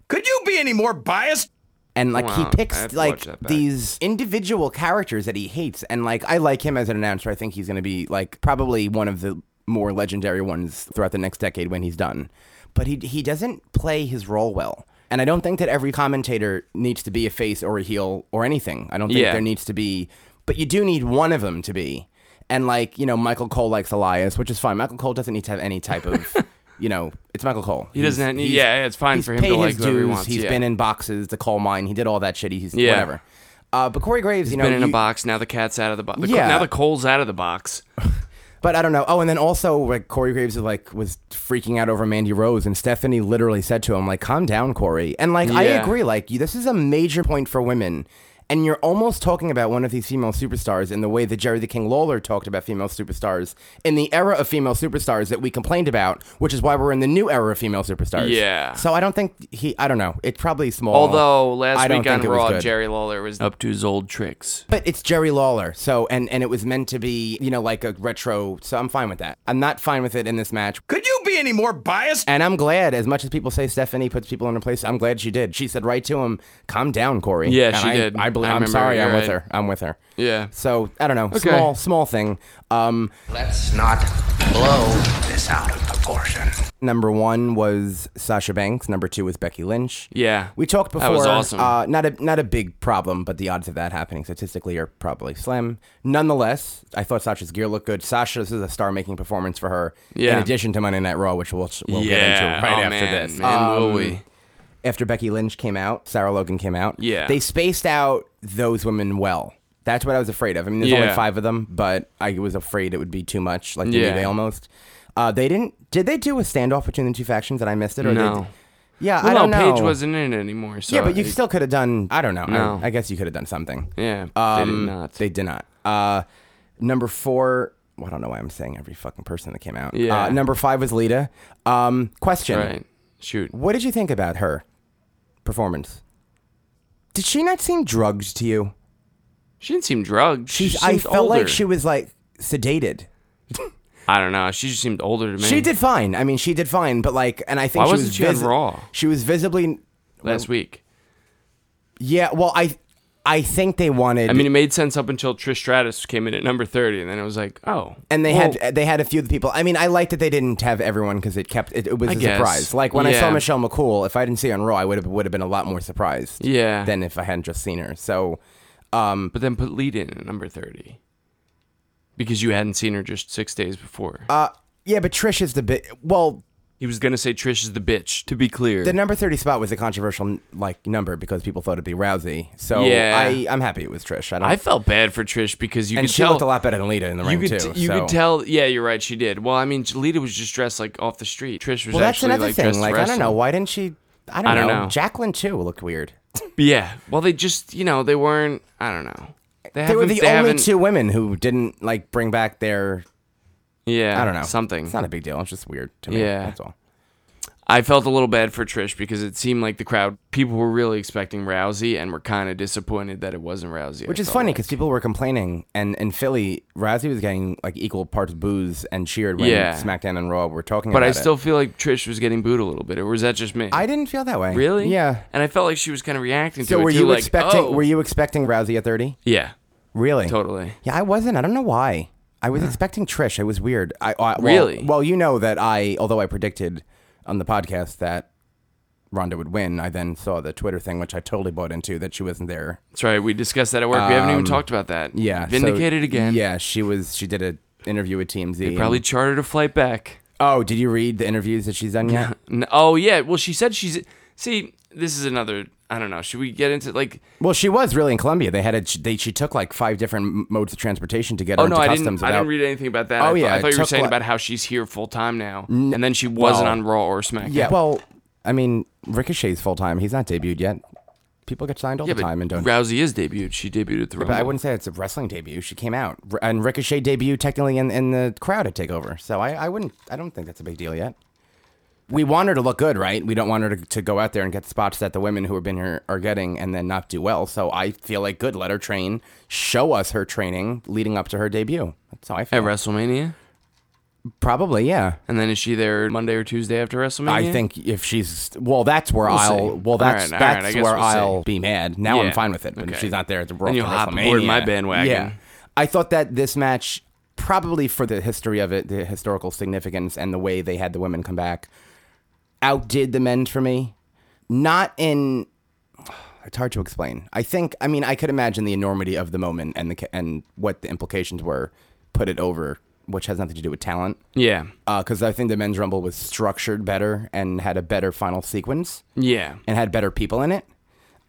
Could you be any more biased? And like
Wow,
he
I have
picks
to watch
like
that back.
these individual characters that he hates, and like I like him as an announcer. I think he's going to be like probably one of the more legendary ones throughout the next decade when he's done. But he he doesn't play his role well, and I don't think that every commentator needs to be a face or a heel or anything. I don't think
Yeah.
there needs to be, but you do need one of them to be. And like you know, Michael Cole likes Elias, which is fine. Michael Cole doesn't need to have any type of. You know, it's Michael Cole.
He doesn't
He's-
have any-
he's-
yeah, it's fine
he's
for him to
paid
like
his
whoever he
dues,
wants,
He's
yeah.
been in boxes, the coal mine. He did all that shit. He's
Yeah.
whatever. Uh, but Corey Graves, you know,
Been in a
you-
box. Now the cat's out of the box.
Yeah. Oh,
Now the coal's out of the box.
But I don't know. Oh, and then also like Corey Graves was like was freaking out over Mandy Rose, and Stephanie literally said to him like, "Calm down, Corey." And like I
Yeah.
agree, like you- this is a major point for women, and you're almost talking about one of these female superstars in the way that Jerry the King Lawler talked about female superstars in the era of female superstars that we complained about, which is why we're in the new era of female superstars.
Yeah.
So I don't think he. I don't know. It's probably small.
Although
I
last
don't
week on
think it was
Raw,
good.
Jerry Lawler was up to his old tricks.
But it's Jerry Lawler, so and and it was meant to be, you know, like a retro. So I'm fine with that. I'm not fine with it in this match. Could you be any more biased? And I'm glad, as much as people say Stephanie puts people in her place, I'm glad she did. She said right to him, "Calm down, Corey."
Yeah,
And
she
I,
did.
I believe.
I
I'm
remember
sorry.
you're
I'm with
right.
her. I'm with her.
Yeah.
So I don't know. Small small thing. Um,
Let's not blow this out of proportion.
number one was Sasha Banks. Number two was Becky Lynch.
Yeah.
We talked before.
That was awesome.
Uh, not a not a big problem, but the odds of that happening statistically are probably slim. Nonetheless, I thought Sasha's gear looked good. Sasha, this is a star-making performance for her.
Yeah.
In addition to Monday Night Raw, which we'll, we'll get
Yeah.
into right
Oh,
after
man,
this.
man, will
Um,
we?
After Becky Lynch came out, Sarah Logan came out.
Yeah.
They spaced out those women well. That's what I was afraid of. I mean, there's
Yeah.
only five of them, but I was afraid it would be too much. Like the
Yeah.
New Day almost. Uh, they didn't. Did they do a standoff between the two factions that I missed it? Or
No.
Did, yeah, I
Well,
don't
no,
know.
Paige wasn't in it anymore. So
Yeah, but you
it-
still could have done. I don't know. I-
No.
I, guess you could have done something.
Yeah, they did
Um,
not.
They did not. Uh, number four. Well, I don't know why I'm saying every fucking person that came out.
Yeah.
Uh, number five was Lita. Um, question.
right. Shoot.
What did you think about her performance? Did she not seem drugged to you?
She didn't seem drugged. She,
She,
just
I
seemed
felt like
older.
she was like sedated.
I don't know. She just seemed older to me.
She did fine. I mean, she did fine, but like, and I think
Why
she
wasn't
was
she on
visi-
Raw?
She was visibly.
last week.
Yeah. Well, I, I think they wanted.
I mean, it made sense up until Trish Stratus came in at number thirty, and then it was like, oh.
and they
well,
had they had a few of the people. I mean, I liked that they didn't have everyone because it kept it, it was
I
a
guess.
surprise. Like when I
Yeah.
saw Michelle McCool, if I didn't see her on Raw, I would have would have been a lot more surprised.
Yeah.
Than if I hadn't just seen her. So, um,
but then put lead in at number thirty because you hadn't seen her just six days before.
Uh, yeah, but Trish is the bit. Well,
he was gonna say Trish is the bitch.
To be clear,
the number thirty spot was a controversial like number because people thought it'd be Rousey. So
Yeah.
I I'm happy it was Trish. I don't.
I felt bad for Trish because you
and
could
she
tell
looked a lot better than Lita in the
You
ring
could,
too.
t- you
so.
could tell. Yeah, you're right. She did. Well, I mean, Lita was just dressed like off the street. Trish was
Well, that's
actually
another
like dressed
thing.
to
Like I don't know
wrestle.
why didn't she? I don't,
I don't
know.
know.
Jacqueline too looked weird.
Yeah. Well, they just you know they weren't. I don't know. They,
They were
haven't-
the
they
only
haven't-
two women who didn't like bring back their
Yeah.
I don't know. Uh,
Something.
It's not a big deal. It's just weird to me.
Yeah.
That's all.
I felt a little bad for Trish because it seemed like the crowd, people were really expecting Rousey and were kind of disappointed that it wasn't Rousey. I
Which is
felt
funny
like.
because people were complaining, and in Philly, Rousey was getting like equal parts booze and cheered when
Yeah.
SmackDown and Raw were talking.
But
about
I
it.
still feel like Trish was getting booed a little bit, or was that just me?
I didn't feel that way.
really,
Yeah.
And I felt like she was kind of reacting
So
to
were
it too,
you
like,
expecting?
oh.
Were you expecting Rousey at thirty?
Yeah,
Really?
totally.
Yeah, I wasn't. I don't know why. I was expecting Trish. It was weird. I, I well-
Really?
Well, you know that I, although I predicted on the podcast that Ronda would win, I then saw the Twitter thing, which I totally bought into that she wasn't there.
That's right. We discussed that at work. we haven't even
Um,
talked about that.
Yeah, so-
vindicated again.
Yeah, she was. She did an interview with TMZ.
They probably
and-
chartered a flight back.
oh, did you read the interviews that she's done yet?
N- Oh yeah. Well, she said she's. See, this is another. I don't know. Should we get into like?
well, she was really in Colombia. They had a. They, she took like five different m- modes of transportation to get her
Oh
into
no, I didn't.
customs.
I didn't
without-
read anything about that. I
Oh,
thought-
yeah,
I
it
thought you were
took
saying
like-
about how she's here full time now, and then she wasn't
well,
on Raw or SmackDown.
Yeah. Well, I mean, Ricochet's full time. He's not debuted yet. People get signed all
Yeah,
the
but
time and don't.
Rousey is debuted. She debuted at the Rumble.
But I wouldn't say it's a wrestling debut. She came out, R- and Ricochet debuted technically in, in the crowd at Takeover. So I, I wouldn't. I don't think that's a big deal yet. We want her to look good, right? We don't want her to, to go out there and get the spots that the women who have been here are getting, and then not do well. So I feel like good. Let her train. Show us her training leading up to her debut. That's how I feel.
at WrestleMania,
Probably, yeah.
and then is she there Monday or Tuesday after WrestleMania?
I think if she's well, that's where I'll.
see.
Well, that's
Alright, alright, I
that's
guess
where
we'll see.
I'll be mad. Now
Yeah,
I'm fine with it. But if
okay.
she's not there at the Raw,
Then
for
you'll hop aboard my
WrestleMania-
bandwagon.
Yeah, I thought that this match probably for the history of it, the historical significance, and the way they had the women come back, outdid the men for me. Not in. It's hard to explain. I think. I mean, I could imagine the enormity of the moment and the ca- and what the implications were. Put it over, which has nothing to do with talent
Yeah.
because Uh, I think the men's rumble was structured better and had a better final sequence
Yeah.
and had better people in it.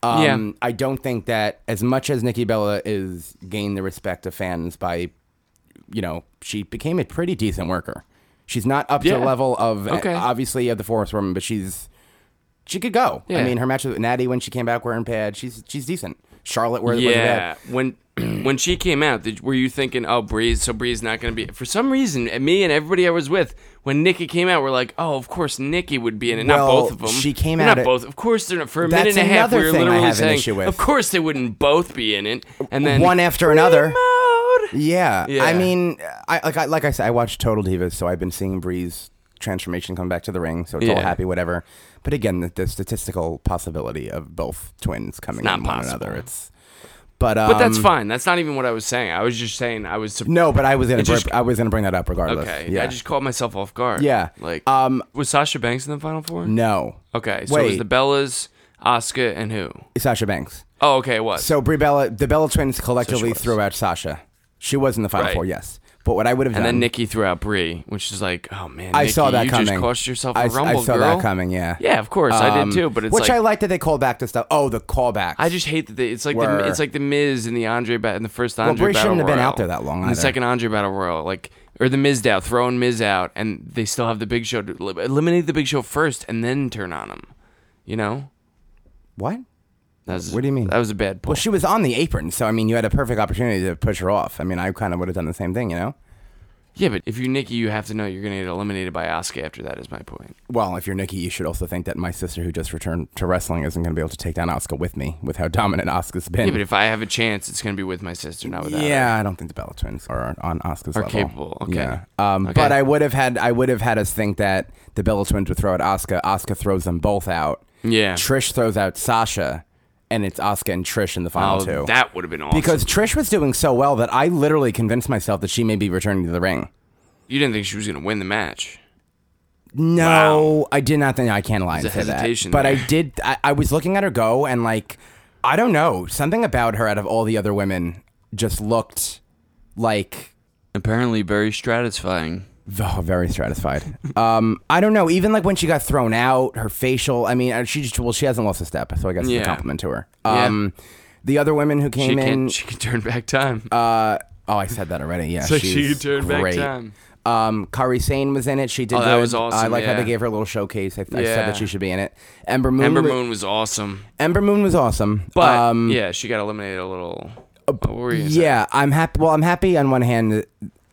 Um, I don't think that as much as Nikki Bella is gained the respect of fans by, you know, she became a pretty decent worker. She's not up to
Yeah.
the level of
Okay.
obviously of the forest woman, but she's she could go.
Yeah.
I mean, her match with Natty when she came back wearing pads, she's she's decent. Charlotte wore was
yeah.
bad.
When when she came out, did, were you thinking, oh, Bree's so Bree's not going to be? For some reason, and me and everybody I was with, when Nikki came out, we're like, oh, of course Nikki would be in it. not
Well,
both of them.
she came
They're
out
Not
at-
both. Of course they're not. For a
That's
minute and a half,
another
we were
thing I
literally
have an
saying,
issue with.
of course they wouldn't both be in it. And then
one after another.
Mode.
Yeah.
Yeah.
I mean, I like I like I said, I watched Total Divas, so I've been seeing Bree's transformation come back to the ring, so it's all
Yeah.
happy, whatever. But again, the, the statistical possibility of both twins coming
not
in one
possible.
another, it's. But um,
But that's fine. That's not even what I was saying. I was just saying I was. surprised.
No, but I was gonna
It just-
br- I was gonna bring that up regardless.
Okay.
Yeah.
I just caught myself off guard.
Yeah.
Like,
Um,
was Sasha Banks in the final four?
no.
Okay. So it was
Wait.
the Bellas, Oscar, and who?
Sasha Banks.
Oh, okay. It was.
So Brie Bella, the Bella twins collectively
was.
threw out Sasha. She was in the final
Right.
four, yes. But what I would have
and
done,
then Nikki threw out Brie, which is like, oh man,
I
Nikki,
saw that
you
coming.
just cost yourself a
I-
rumble,
I saw
girl.
that coming. Yeah.
Yeah, of course, I
Um,
did too. But it's
which
like,
I like that they call back to stuff. Oh, the callbacks.
I just hate that they, it's like
Were-
the, it's like the Miz and the Andre ba- and the first Andre
Brie
battle
shouldn't have been
Royal.
out there that long
And
either.
The second Andre battle royal, like or the Miz out, throwing Miz out, and they still have the Big Show. To, li- eliminate the Big Show first, and then turn on him. You know,
what?
that was,
What do you mean?
That was a bad pull.
Well, she was on the apron, so I mean, you had a perfect opportunity to push her off. I mean, I kind of would have done the same thing, you know.
yeah, but if you Nikki, you have to know you're gonna get eliminated by Asuka after that. Is my point.
Well, if you're Nikki, you should also think that my sister, who just returned to wrestling, isn't going to be able to take down Oscar with me, with how dominant Oscar's been.
Yeah, but if I have a chance, it's gonna be with my sister, not without. her.
Yeah, I don't think the Bella Twins are on Oscar's
Are
level.
capable, okay.
Yeah. Um,
Okay.
But I would have had I would have had us think that the Bella Twins would throw out Oscar. Oscar throws them both out.
Yeah.
Trish throws out Sasha, and it's Oscar and Trish in the final
Oh,
two.
that would have been awesome.
because Trish was doing so well that I literally convinced myself that she may be returning to the ring.
you didn't think she was gonna win the match.
No, I did not think I can't lie and
There's a
say that.
hesitation
But I
there.
did. I, I was looking at her go, and like, I don't know, something about her out of all the other women just looked like
Apparently, very stratifying.
Oh, very stratified. um, I don't know. Even like when she got thrown out, her facial. I mean, uh, she just well, she hasn't lost a step, so I guess
Yeah.
it's a compliment to her.
Yeah.
Um, the other women who
She
came in.
can she can turn back time.
oh, I said that already. Yeah,
so she
she's
can turn
great.
back time.
Um, Kari Sane was in it. She did.
Oh, that
good.
was awesome,
I like how
yeah.
they gave her a little showcase. I, I
Yeah.
said that she should be in it. Ember Moon.
Ember
wa-
Moon was awesome,
Ember Moon was awesome.
but
um, Uh,
yeah, she got eliminated a little. what were you gonna say?
Yeah, I'm happy. Well, I'm happy on one hand. that-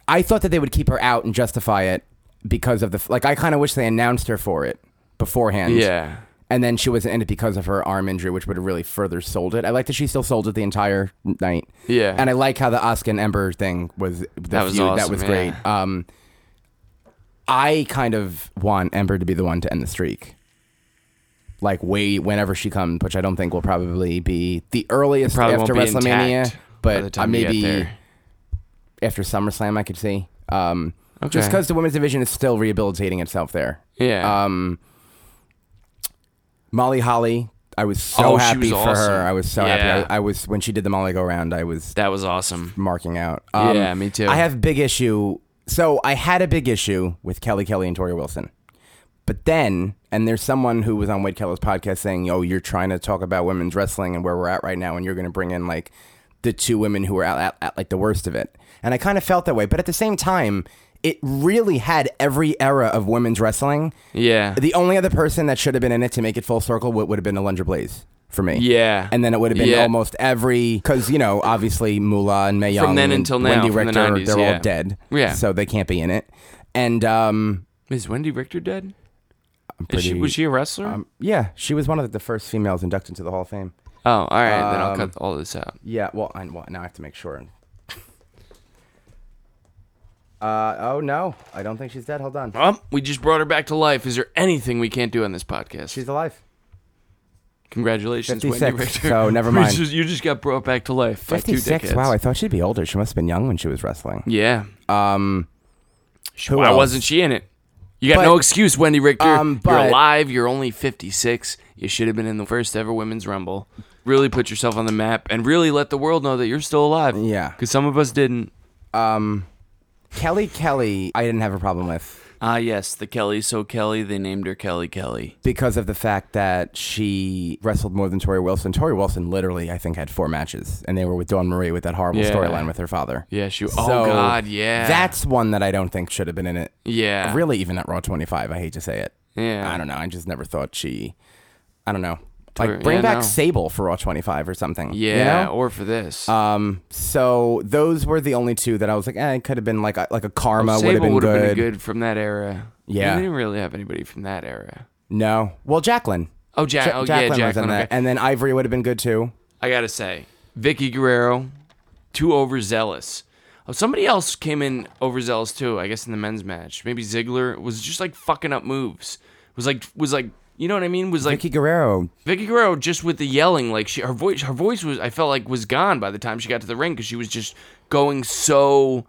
I thought that they would keep her out and justify it because of the f- like. I kind of wish they announced her for it beforehand.
Yeah.
And then she wasn't in it because of her arm injury, which would have really further sold it. I like that she still sold it the entire night.
Yeah.
And I like how the Oscar and Ember thing was the
That was
feud. that
awesome,
was
yeah.
great. Um, I kind of want Ember to be the one to end the streak. Like way whenever she comes, which I don't think will probably be the earliest
Probably
after
won't be
WrestleMania,
intact by the
but uh,
time you get
maybe
there.
after SummerSlam I could see. Um, Just
Okay.
because the women's division is still rehabilitating itself there.
Yeah.
Um, Molly Holly, I was so
Oh, she
happy
was
for
awesome.
her. I was so
Yeah.
happy. I, I was when she did the Molly go round. I was
that was awesome.
marking out. Um,
Yeah, me too.
I have big issue. So I had a big issue with Kelly Kelly and Tori Wilson, but then and there's someone who was on Wade Keller's podcast saying, "Oh, you're trying to talk about women's wrestling and where we're at right now, and you're going to bring in like the two women who are at, at, at like the worst of it." And I kind of felt that way, but at the same time, it really had every era of women's wrestling.
Yeah.
The only other person that should have been in it to make it full circle would, would have been Alundra Blaze for me.
Yeah.
And then it would have been
Yeah.
almost every because you know obviously Moolah and Mae Young
then
and
until now,
Wendy
from the
Richter
90s,
they're
yeah.
all dead.
Yeah.
So they can't be in it. And um,
Is Wendy Richter dead?
pretty, um,
Is she, was she a wrestler?
yeah, she was one of the first females inducted into the Hall of Fame.
oh, all right. then I'll
um,
cut all this out.
Yeah. Well, I, well now I have to make sure. Uh, oh no, I don't think she's dead. Hold on,
Um, we just brought her back to life. Is there anything we can't do on this podcast?
she's alive.
Congratulations,
56,
Wendy Richter.
so never
We
mind.
just- you just got brought back to life by two
Fifty-six.
decades.
Wow, I thought she'd be older. She must have been young when she was wrestling.
yeah.
Um, who
Why
else?
wasn't she in it? You got
But-
no excuse, Wendy Richter.
Um,
you're
but-
alive. You're only 56. You should have been in the first ever women's rumble. Really put yourself on the map and really let the world know that you're still alive.
Yeah.
because some of us didn't.
Kelly Kelly, I didn't have a problem with.
Ah, yes, the Kelly. So Kelly, they named her Kelly Kelly.
because of the fact that she wrestled more than Tori Wilson. Tori Wilson literally, I think, had four matches, and they were with Dawn Marie with that horrible
Yeah.
storyline with her father.
Yeah, she. oh God, yeah.
That's one that I don't think should have been in it.
yeah.
Really, even at Raw 25, I hate to say it.
Yeah.
I don't know. I just never thought she. I don't know.
Tori-
Like bring
yeah,
back
no.
Sable for Raw 25 or something. you
Yeah,
know?
or for this.
so those were the only two that I was like, eh, it could have been like a, like a Karma would have
Sable
been,
would have been
good.
good from that era.
Yeah.
they didn't really have anybody from that era.
No, well Jacqueline.
Oh, ja-
Ja-
oh
Jacqueline
yeah,
was in
Jacqueline.
that,
okay.
and then Ivory would have been good too.
I gotta say, Vicky Guerrero, too overzealous. Oh, somebody else came in overzealous too. I guess in the men's match, maybe Ziggler was just like fucking up moves. Was like was like you know what I mean? Was like
Vicky
Vicky,
Guerrero
Guerrero just with the yelling, like she her voice her voice was I felt like was gone by the time she got to the ring because she was just going so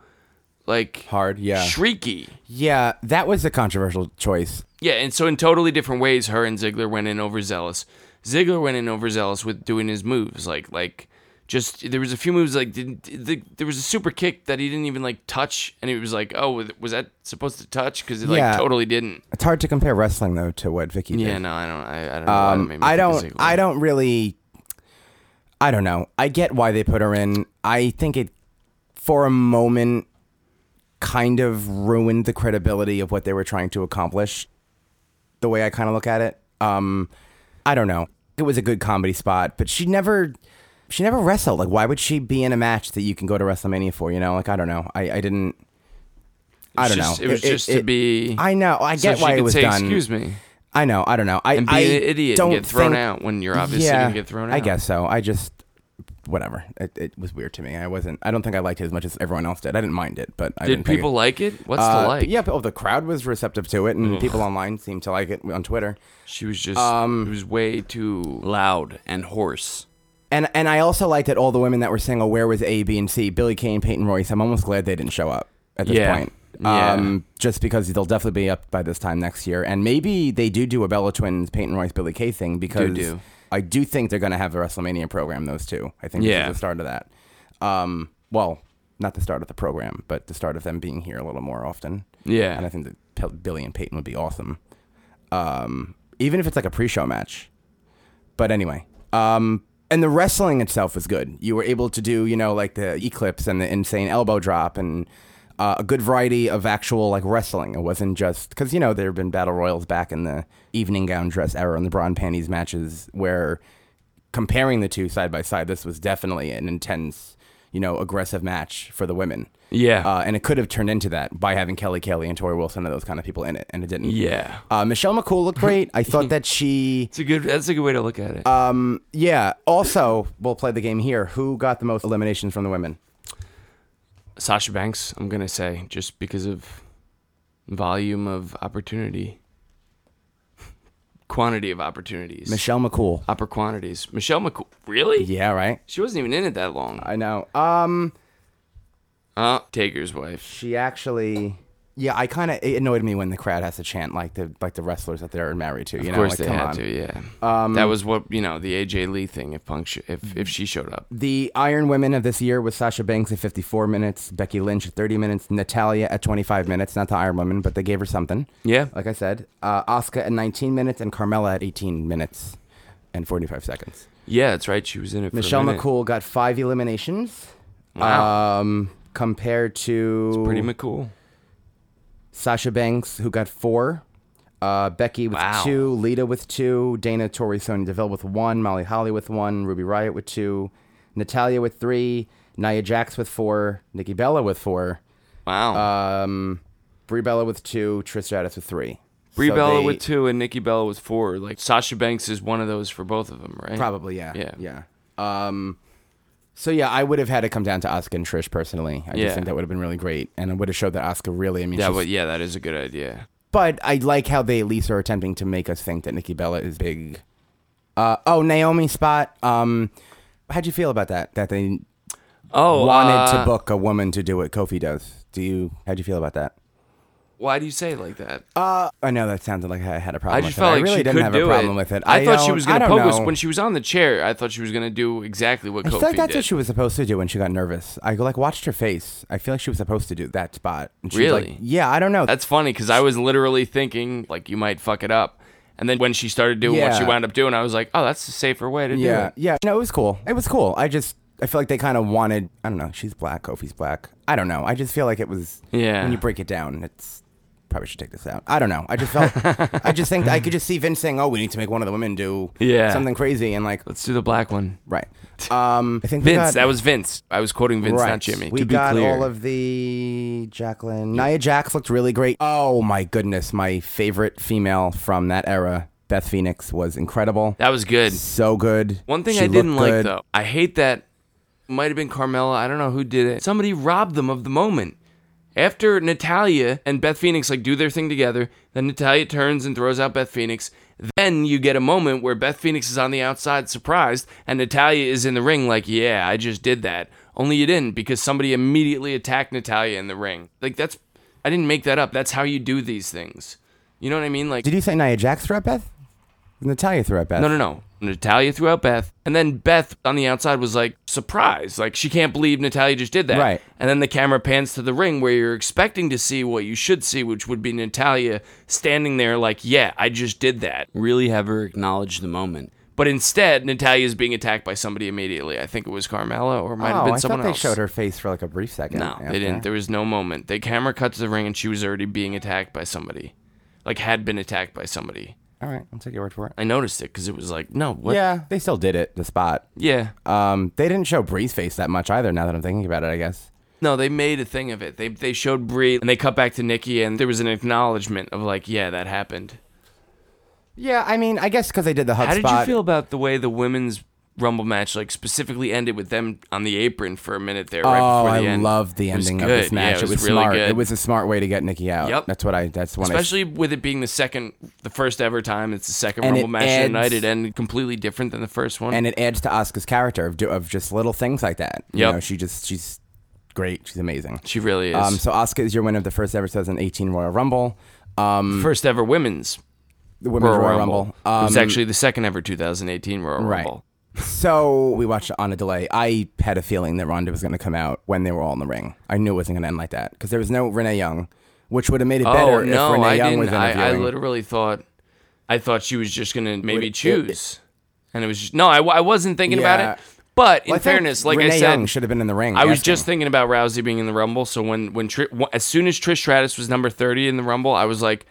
like
Hard, yeah.
shrieky.
Yeah, that was a controversial choice.
Yeah, and so in totally different ways, her and Ziggler went in overzealous. Ziggler went in overzealous with doing his moves, like like just there was a few moves like didn't the, there was a super kick that he didn't even like touch, and it was like, oh, was- was that supposed to touch? Because it like
Yeah.
totally didn't.
It's hard to compare wrestling though to what Vicky did.
Yeah, no, I don't, I, I don't know. why that made
um,
me
I
think of
don't.
Ziggler.
I don't really. I don't know. I get why they put her in. I think it, for a moment, kind of ruined the credibility of what they were trying to accomplish. The way I kind of look at it, um, I don't know. It was a good comedy spot, but she never, she never wrestled. Like, why would she be in a match that you can go to WrestleMania for? You know, like I don't know. I, I didn't. I
It's
don't
just-
know.
It was just to be.
I know. I
so
get
she
why
could
it was
say,
done.
Excuse me,
I know. I don't know. I
and be
I
an idiot
don't
and get thrown
think-
out when you're obviously
yeah,
gonna get thrown out.
I guess so. I just whatever. It, it was weird to me. I wasn't. I don't think I liked it as much as everyone else did. I didn't mind it, but I
Did
didn't think
people
it,
like it? What's
uh,
the like?
Yeah, oh, the crowd was receptive to it, and people online seemed to like it on Twitter.
she was just.
Um,
it was way too
Loud and hoarse.
And and I also liked that all the women that were saying, "Oh, where was A, B, and C?" Billy Kane, Peyton Royce. I'm almost glad they didn't show up at this
Yeah.
point.
Yeah.
Um, just because they'll definitely be up by this time next year, and maybe they do do a Bella Twins, Peyton Royce, Billy Kay thing because
do.
I do think they're going to have a WrestleMania program. Those two, I think,
Yeah.
this is the start of that. Um, well, not the start of the program, but the start of them being here a little more often.
Yeah.
and I think that Pe- Billy and Peyton would be awesome. Um, even if it's like a pre-show match, but anyway, um, and the wrestling itself was good. You were able to do, you know, like the eclipse and the insane elbow drop and uh, a good variety of actual like wrestling. It wasn't just because you know there have been battle royals back in the evening gown dress era and the brawn panties matches where comparing the two side by side, this was definitely an intense. you know, aggressive match for the women.
Yeah.
Uh, and it could have turned into that by having Kelly Kelly and Tori Wilson and those kind of people in it, and it didn't.
Yeah.
Uh, Michelle McCool looked great. I thought that she,
It's a good. That's a good way to look at it.
uh, yeah. Also, we'll play the game here. Who got the most eliminations from the women?
Sasha Banks. I'm gonna say just because of volume of opportunity, quantity of opportunities,
Michelle McCool.
upper quantities. Michelle McCool. Really?
Yeah, right.
She wasn't even in it that long.
I know. Um,
Uh, Taker's wife.
she actually. Yeah, I kind of it annoyed me when the crowd has to chant like the like the wrestlers that they're married to. You
Of
know,
course
like,
they
come
had
on.
to. Yeah. Um, that was what you know the AJ Lee thing. If punk sh- if if she showed up.
The Iron Women of this year was Sasha Banks at 54 minutes, Becky Lynch at 30 minutes, Natalia at 25 minutes. Not the Iron Women, but they gave her something.
Yeah.
Like I said, uh, Asuka at 19 minutes and Carmella at 18 minutes and 45 seconds.
Yeah, that's right. She was in it. For
Michelle
a minute.
McCool got five eliminations.
Wow.
Um, compared to
Pretty McCool.
Sasha Banks, who got four. Uh, Becky with
Wow.
two, Lita with two, Dana, Tori, Sonya Deville with one, Molly Holly with one, Ruby Riot with two, Natalia with three, Nia Jax with four, Nikki Bella with four,
Wow.
um, Brie Bella with two, Trish Stratus with three.
Brie
So
Bella
they-
with two and Nikki Bella with four. Like Sasha Banks is one of those for both of them, right?
Probably, yeah.
Yeah.
Yeah. Um, so, yeah, I would have had it come down to Asuka and Trish personally. I
Yeah.
just think that would have been really great. And it would have showed that Asuka really, I mean,
Yeah,
she's-
but yeah, that is a good idea.
But I like how they at least are attempting to make us think that Nikki Bella is big. Uh, oh, Naomi spot. Um, how'd you feel about that? That they
Oh,
wanted
uh,
to book a woman to do what Kofi does. Do you? How'd you feel about that?
Why do you say it like that?
I know that sounded like I had a problem.
I
with
just
it.
felt like
I really
she
didn't
could
have
do
a problem
it.
with it.
I, thought she
don't-
was
I
gonna
don't
poke us
know.
when she was on the chair. I thought she was gonna do exactly what
I
Kofi
feel like that's
did.
what she was supposed to do when she got nervous. I like watched her face. I feel like she was supposed to do that spot. And she was like,
Really?
yeah, I don't know.
That's funny because I was literally thinking like you might fuck it up, and then when she started doing what she
Yeah.
wound up doing, I was like, oh, that's the safer way to
Yeah,
do it.
yeah. No, it was cool. It was cool. I just I feel like they kind of wanted. I don't know. She's black. Kofi's black. I don't know. I just feel like it was.
Yeah.
When you break it down, it's probably should take this out. I don't know. I just felt. I just think I could just see Vince saying, "Oh, we need to make one of the women do
Yeah.
something crazy," and like
Let's do the black one.
right. Um, I think we
Vince,
got-
that was Vince. I was quoting Vince,
Right.
not Jimmy.
We
to be
got
clear.
all of the Jacqueline. Nia Jax looked really great. Oh my goodness, my favorite female from that era, Beth Phoenix, was incredible.
that was good.
so good.
One thing
She
I
looked
didn't like
good.
though, I hate that. Might have been Carmella. I don't know who did it. Somebody robbed them of the moment. After Natalia and Beth Phoenix like do their thing together, then Natalia turns and throws out Beth Phoenix. Then you get a moment where Beth Phoenix is on the outside surprised and Natalia is in the ring like, "Yeah, I just did that." Only you didn't because somebody immediately attacked Natalia in the ring. Like that's I didn't make that up. That's how you do these things. You know what I mean? Like
Did you say Nia Jax threw at Beth? Natalia threw at Beth.
no, no, no. Natalia threw out Beth, and then Beth on the outside was like surprised, like she can't believe Natalia just did that.
Right.
And then the camera pans to the ring where you're expecting to see what you should see, which would be Natalia standing there like, "Yeah, I just did that."
Really have her acknowledge the moment.
But instead, Natalia is being attacked by somebody immediately. I think it was Carmella or it might
Oh,
have been
I
someone
thought they
else.
showed her face for like a brief second.
No, they didn't. There was no moment. The camera cut to the ring, and she was already being attacked by somebody, like had been attacked by somebody.
All right, I'll take your word for it.
I noticed it because it was like, no, what?
Yeah, they still did it. The spot.
yeah.
Um, they didn't show Bree's face that much either. Now that I'm thinking about it, I guess.
No, they made a thing of it. They they showed Brie and they cut back to Nikki and there was an acknowledgement of like, yeah, that happened.
Yeah, I mean, I guess because they did the hug
How
spot.
did you feel about the way the women's rumble match like specifically ended with them on the apron for a minute there right
Oh,
before
I
the end?
loved the
It was
ending of
good.
this match.
Yeah,
it was,
really
smart.
good.
It was a smart way to get Nikki out.
Yep.
That's what I. That's when
especially with it being the second the first ever time it's the second
And
rumble
it
match of the night
adds-
it ended completely different than the first one.
I, and it adds to Asuka's character of do, of just little things like that. You
Yep.
know, she just she's great. She's amazing.
she really is.
Um, so Asuka is your winner of the first ever 2018 Royal Rumble. Um,
Mm. first ever women's
the Women's Royal, Rumble. Um,
it was actually the second ever 2018 Royal
right.
Rumble.
so we watched it on a delay. I had a feeling that Ronda was going to come out when they were all in the ring. I knew it wasn't going to end like that because there was no Renee Young, which would have made it better
oh no,
if Renee
I
Young
didn't.
was
I,
interviewing.
I literally thought, I thought she was just gonna maybe
it-
choose, and it was just, no. I, w- I wasn't thinking
Yeah.
about it. But in
Well, I think
fairness, like
Renee
I said,
Young should have been in the ring.
I was
asking.
just thinking about Rousey being in the Rumble. So when when Tri- w- as soon as Trish Stratus was number thirty in the Rumble, I was like,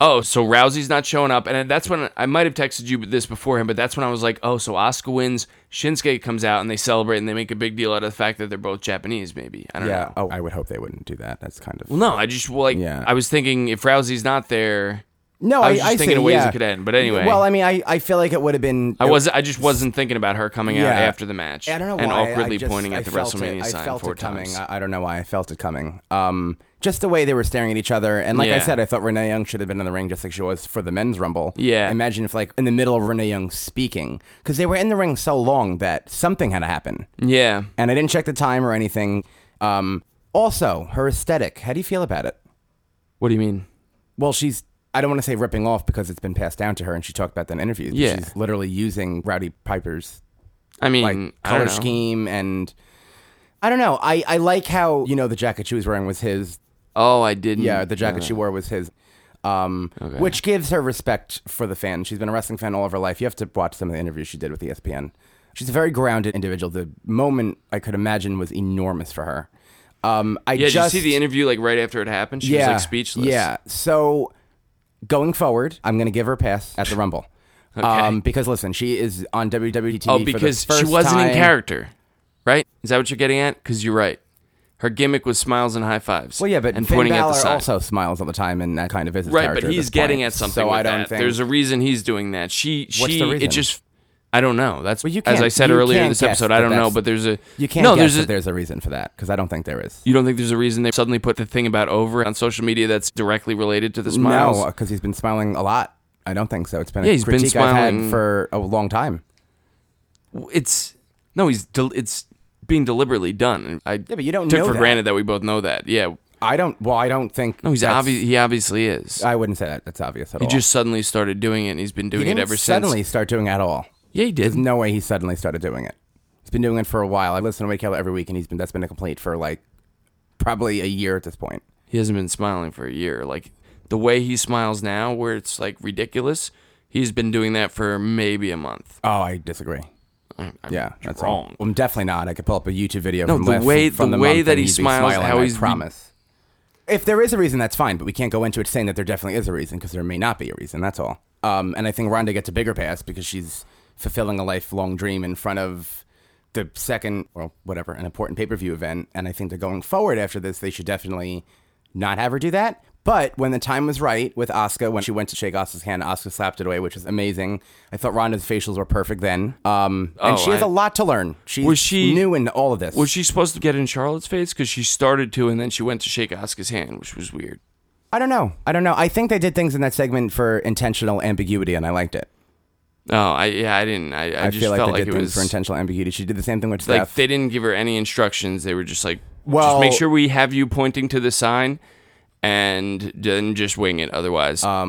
oh, so Rousey's not showing up. And that's when I might have texted you this beforehand, but that's when I was like, oh, so Asuka wins, Shinsuke comes out, and they celebrate and they make a big deal out of the fact that they're both Japanese, maybe. I don't
Yeah.
know.
Oh, I would hope they wouldn't do that. That's kind of
uh, Well, no, I just, well, like,
Yeah.
I was thinking if Rousey's not there,
no.
I was just thinking
say,
of ways
yeah.
it could end, but anyway.
Well, I mean, I, I feel like it would have been.
I was I just wasn't thinking about her coming out
Yeah.
after the match.
I don't know
and
why.
awkwardly
I just,
pointing at
I
the
felt it.
WrestleMania
I
sign
felt
four
it coming.
times.
I, I don't know why I felt it coming. Um, just the way they were staring at each other, and like I
Yeah.
said, I thought Renee Young should have been in the ring just like she was for the men's rumble.
Yeah.
Imagine if like in the middle of Renee Young speaking, because they were in the ring so long that something had to happen,
yeah.
and I didn't check the time or anything. Um, also, her aesthetic. How do you feel about it?
What do you mean?
Well, she's. I don't want to say ripping off because it's been passed down to her, and she talked about that in interviews. but
Yeah.
She's literally using Rowdy Piper's
I mean,
like
Mm, I don't
color
know.
scheme and I don't know. I, I like how you know the jacket she was wearing was his.
Oh, I didn't.
Yeah, the jacket
know
she wore was his. Um, which gives her respect for the fan. She's been a wrestling fan all of her life. You have to watch some of the interviews she did with E ESPN. She's a very grounded individual. The moment I could imagine was enormous for her. Um, I
that. Yeah,
just
did you see the interview like right after it happened? She was like speechless.
yeah. So going forward, I'm going to give her a pass at the Rumble. Um, because listen, she is on WWE TV.
Oh,
for the
because she
first
wasn't in
time.
character, right? Is that what you're getting at? Because you're right. Her gimmick was smiles and high fives.
Well, yeah, but
and
Finn
pointing
Balor
at the sign.
also smiles all the time, and that kind of is his
right,
character
but
at
he's
this
getting
point.
at something.
So
with
I don't
that.
think
there's a reason he's doing that. She, she,
What's the reason?
it just. I don't know. That's
Well, you
as
can't-
I said
you
earlier in
can't
this
guess
episode.
that
I don't know,
that's-
but there's a
you can't
no.
guess
There's
that
a,
there's a reason for that because I don't think there is.
You don't think there's a reason they suddenly put the thing about over on social media that's directly related to the smiles?
No, uh, because he's been smiling a lot. I don't think so. It's been a
Yeah, he's been
critique I've
smiling-
had for a long time.
It's no, he's del- it's being deliberately done. I
but you don't
took
know
for
that.
granted that we both know that. Yeah,
I don't. Well, I don't think.
no, he's
that's-
obvi- he obviously is.
I wouldn't say that. That's obvious at
he
all.
just suddenly started doing it, and he's been
He
doing
didn't
it ever
suddenly
since.
start doing it at all.
Yeah, he did.
There's no way he suddenly started doing it. He's been doing it for a while. I listen to Wake Keller every week, and he's been that's been a complaint for like probably a year at this point.
He hasn't been smiling for a year. Like the way he smiles now, where it's like ridiculous. He's been doing that for maybe a month.
Oh, I disagree. yeah, that's all.
wrong.
I'm definitely not. I could pull up a YouTube video.
No,
from
the
last-
way-
from
the
the
way
month
that
and
he
he'd be
smiles,
smiling,
how
I
he's be-
promise. If there is a reason, that's fine, but we can't go into it saying that there definitely is a reason because there may not be a reason. That's all. Um, and I think Rhonda gets a bigger pass because she's fulfilling a lifelong dream in front of the second or whatever an important pay per view event. And I think that going forward after this, they should definitely not have her do that. But when the time was right with Asuka, when she went to shake Asuka's hand, Asuka slapped it away, which was amazing. I thought Rhonda's facials were perfect then. Um, and
Oh,
she has
I-
a lot to learn. She's
Was she-
new in all of this.
Was she supposed to get in Charlotte's face? Because she started to, and then she went to shake Asuka's hand, which was weird.
I don't know. I don't know. I think they did things in that segment for intentional ambiguity, and I liked it.
Oh, I yeah, I didn't. I, I,
I,
just
feel like
felt
they
like
did
it
things
was
for intentional ambiguity. She did the same thing with
like
Steph.
they didn't give her any instructions. They were just like, just
Well-
make sure we have you pointing to the sign, and then just wing it. Otherwise,
Uh,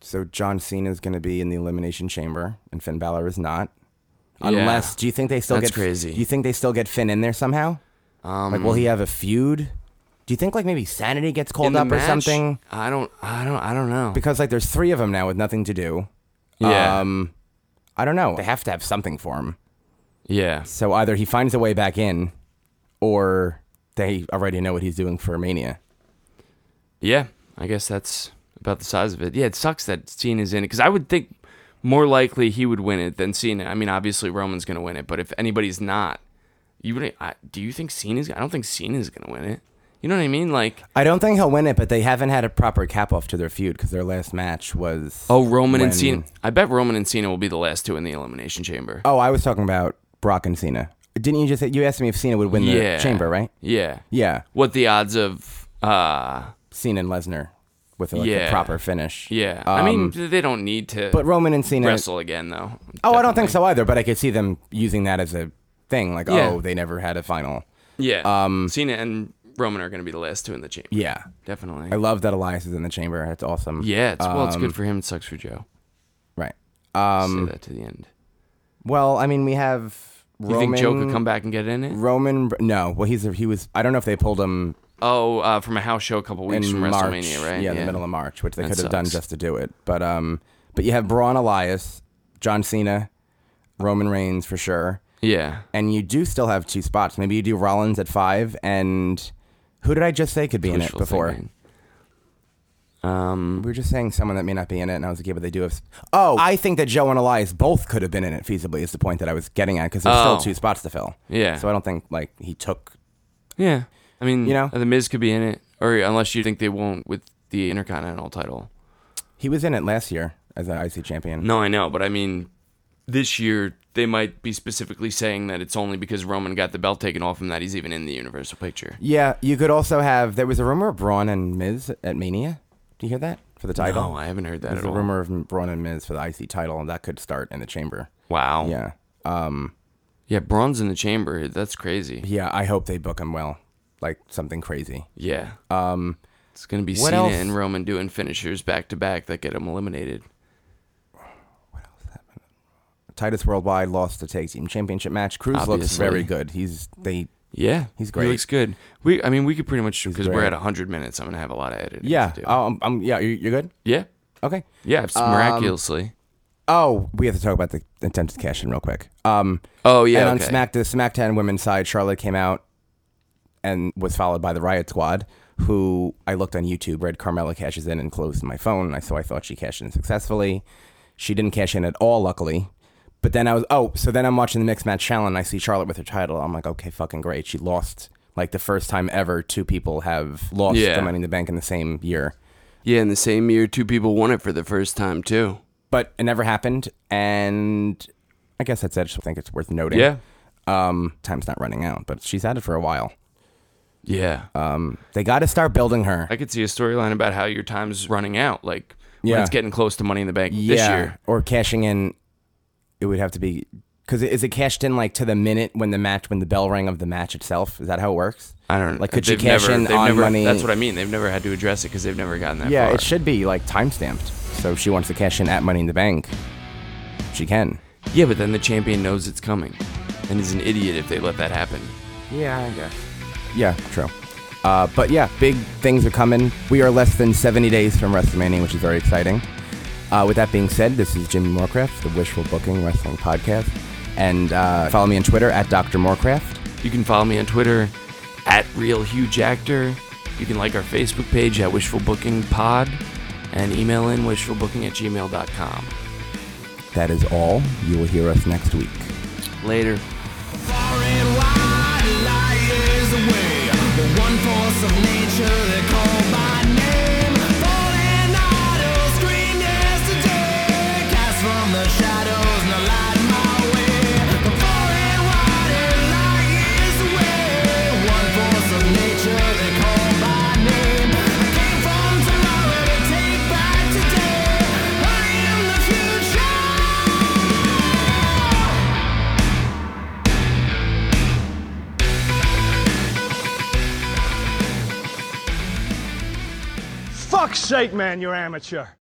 so John Cena is going to be in the elimination chamber, and Finn Balor is not.
Yeah.
Unless, do you think they still
That's
get
crazy.
You think they still get Finn in there somehow? Um, like, will he have a feud? Do you think like maybe Sanity gets
in
called
the
up
match,
or something?
I don't, I don't, I don't know.
Because like there's three of them now with nothing to do.
yeah,
Um, I don't know. They have to have something for him.
yeah.
So either he finds a way back in, or they already know what he's doing for Mania.
Yeah, I guess that's about the size of it. Yeah, it sucks that Cena's in it because I would think more likely he would win it than Cena. I mean, obviously Roman's going to win it, but if anybody's not, you would. I, do you think Cena's? I don't think Cena's going to win it. You know what I mean? Like,
I don't think he'll win it, but they haven't had a proper cap off to their feud because their last match was.
oh, Roman and
when-
Cena. I bet Roman and Cena will be the last two in the elimination chamber.
Oh, I was talking about Brock and Cena. Didn't you just say, you asked me if Cena would win the
yeah,
chamber, right?
Yeah,
Yeah,
What the odds of? uh
Cena and Lesnar with like,
Yeah.
a proper finish.
Yeah, I mean
Um,
they don't need to.
but Roman and Cena.
wrestle again though.
Oh, I don't think
Definitely.
so either. But I could see them using that as a thing, like
Yeah.
oh, they never had a final.
Yeah, um, Cena and Roman are going to be the last two in the chamber.
Yeah,
definitely.
I love that Elias is in the chamber. That's awesome.
Yeah, it's, well, it's
Um,
good for him. It sucks for Joe.
Right.
Say
Um,
that to the end.
well, I mean, we have
You
Roman.
think Joe could come back and get in it?
Roman, no. Well, he's he was. I don't know if they pulled him
Oh, uh, from a house show a couple
in
weeks from
March.
WrestleMania, right?
Yeah, in the middle of March, which they
That
could have done
sucks.
just to do it. But um, but you have Braun Elias, John Cena, Roman Reigns for sure,
Yeah,
and you do still have two spots. Maybe you do Rollins at five, and who did I just say could be in it
Wishful
before?
thinking.
We were just saying someone that may not be in it, and I was like, yeah, but they do have. s- Oh, I think that Joe and Elias both could have been in it feasibly. Is the point that I was getting at because there's
Oh.
still two spots to fill.
Yeah.
So I don't think like he took.
Yeah. I mean,
You know?
the Miz could be in it, or unless you think they won't with the Intercontinental title.
He was in it last year as an IC champion.
No, I know, but I mean, this year they might be specifically saying that it's only because Roman got the belt taken off him that he's even in the Universal picture.
Yeah, you could also have. There was a rumor of Braun and Miz at Mania. Do you hear that for the title?
No, Oh, I haven't heard that
There's
at
a
all.
rumor of Braun and Miz for the IC title, and that could start in the chamber.
Wow.
Yeah. Um.
Yeah, Braun's in the chamber. That's crazy.
Yeah, I hope they book him well, like something crazy.
Yeah. Um, it's gonna be
what
Cena
else?
and Roman doing finishers back to back that get him eliminated.
Titus Worldwide lost the tag team championship match. Cruz looks
Obviously.
very good. He's they.
Yeah,
He's
He
great.
looks good. We, I mean, we could pretty much because we're
great.
at hundred minutes. I'm gonna have a lot of editing.
Yeah.
to do.
Um. um yeah. You, you're good.
yeah,
Okay.
yeah. It's miraculously.
Oh, we have to talk about the attempted cash in real quick. Um.
Oh yeah.
and
okay.
on Smack the SmackDown women's side, Charlotte came out and was followed by the Riot Squad, who I looked on YouTube, read Carmella cashes in and closed my phone. and I so I thought she cashed in successfully. She didn't cash in at all, luckily. But then I was oh, so then I'm watching the mixed match challenge and I see Charlotte with her title. I'm like, okay, fucking great. She lost like the first time ever two people have lost
Yeah.
the money in the bank in the same year.
Yeah, in the same year, two people won it for the first time too.
But it never happened, and I guess that's it. I just think it's worth noting.
Yeah.
Um, time's not running out, but she's had it for a while.
Yeah.
Uh, They got to start building her.
I could see a storyline about how your time's running out, like when
Yeah.
it's getting close to Money in the Bank this year.
or cashing in. It would have to be because is it cashed in like to the minute when the match when the bell rang of the match itself? Is that how it works?
I don't
Like, could she
they've
cash
never-
in
they've
on
never-
money?
That's what I mean. They've never had to address it because they've never gotten that
Yeah,
far.
it should be like time stamped. So if she wants to cash in at Money in the Bank, she can.
yeah, but then the champion knows it's coming, and is an idiot if they let that happen.
Yeah, I guess. Yeah, true. Uh, but yeah, big things are coming. We are less than 70 days from WrestleMania, which is very exciting. Uh, with that being said, this is Jimmy Moorcraft, the Wishful Booking Wrestling Podcast. And uh, follow me on Twitter at Dr. Moorcraft.
You can follow me on Twitter at Real Huge Actor. You can like our Facebook page at Wishful Booking Pod, and email in wishfulbooking at gmail.com.
That is all. You will hear us next week.
Later.
Fuck's sake, man, you're amateur.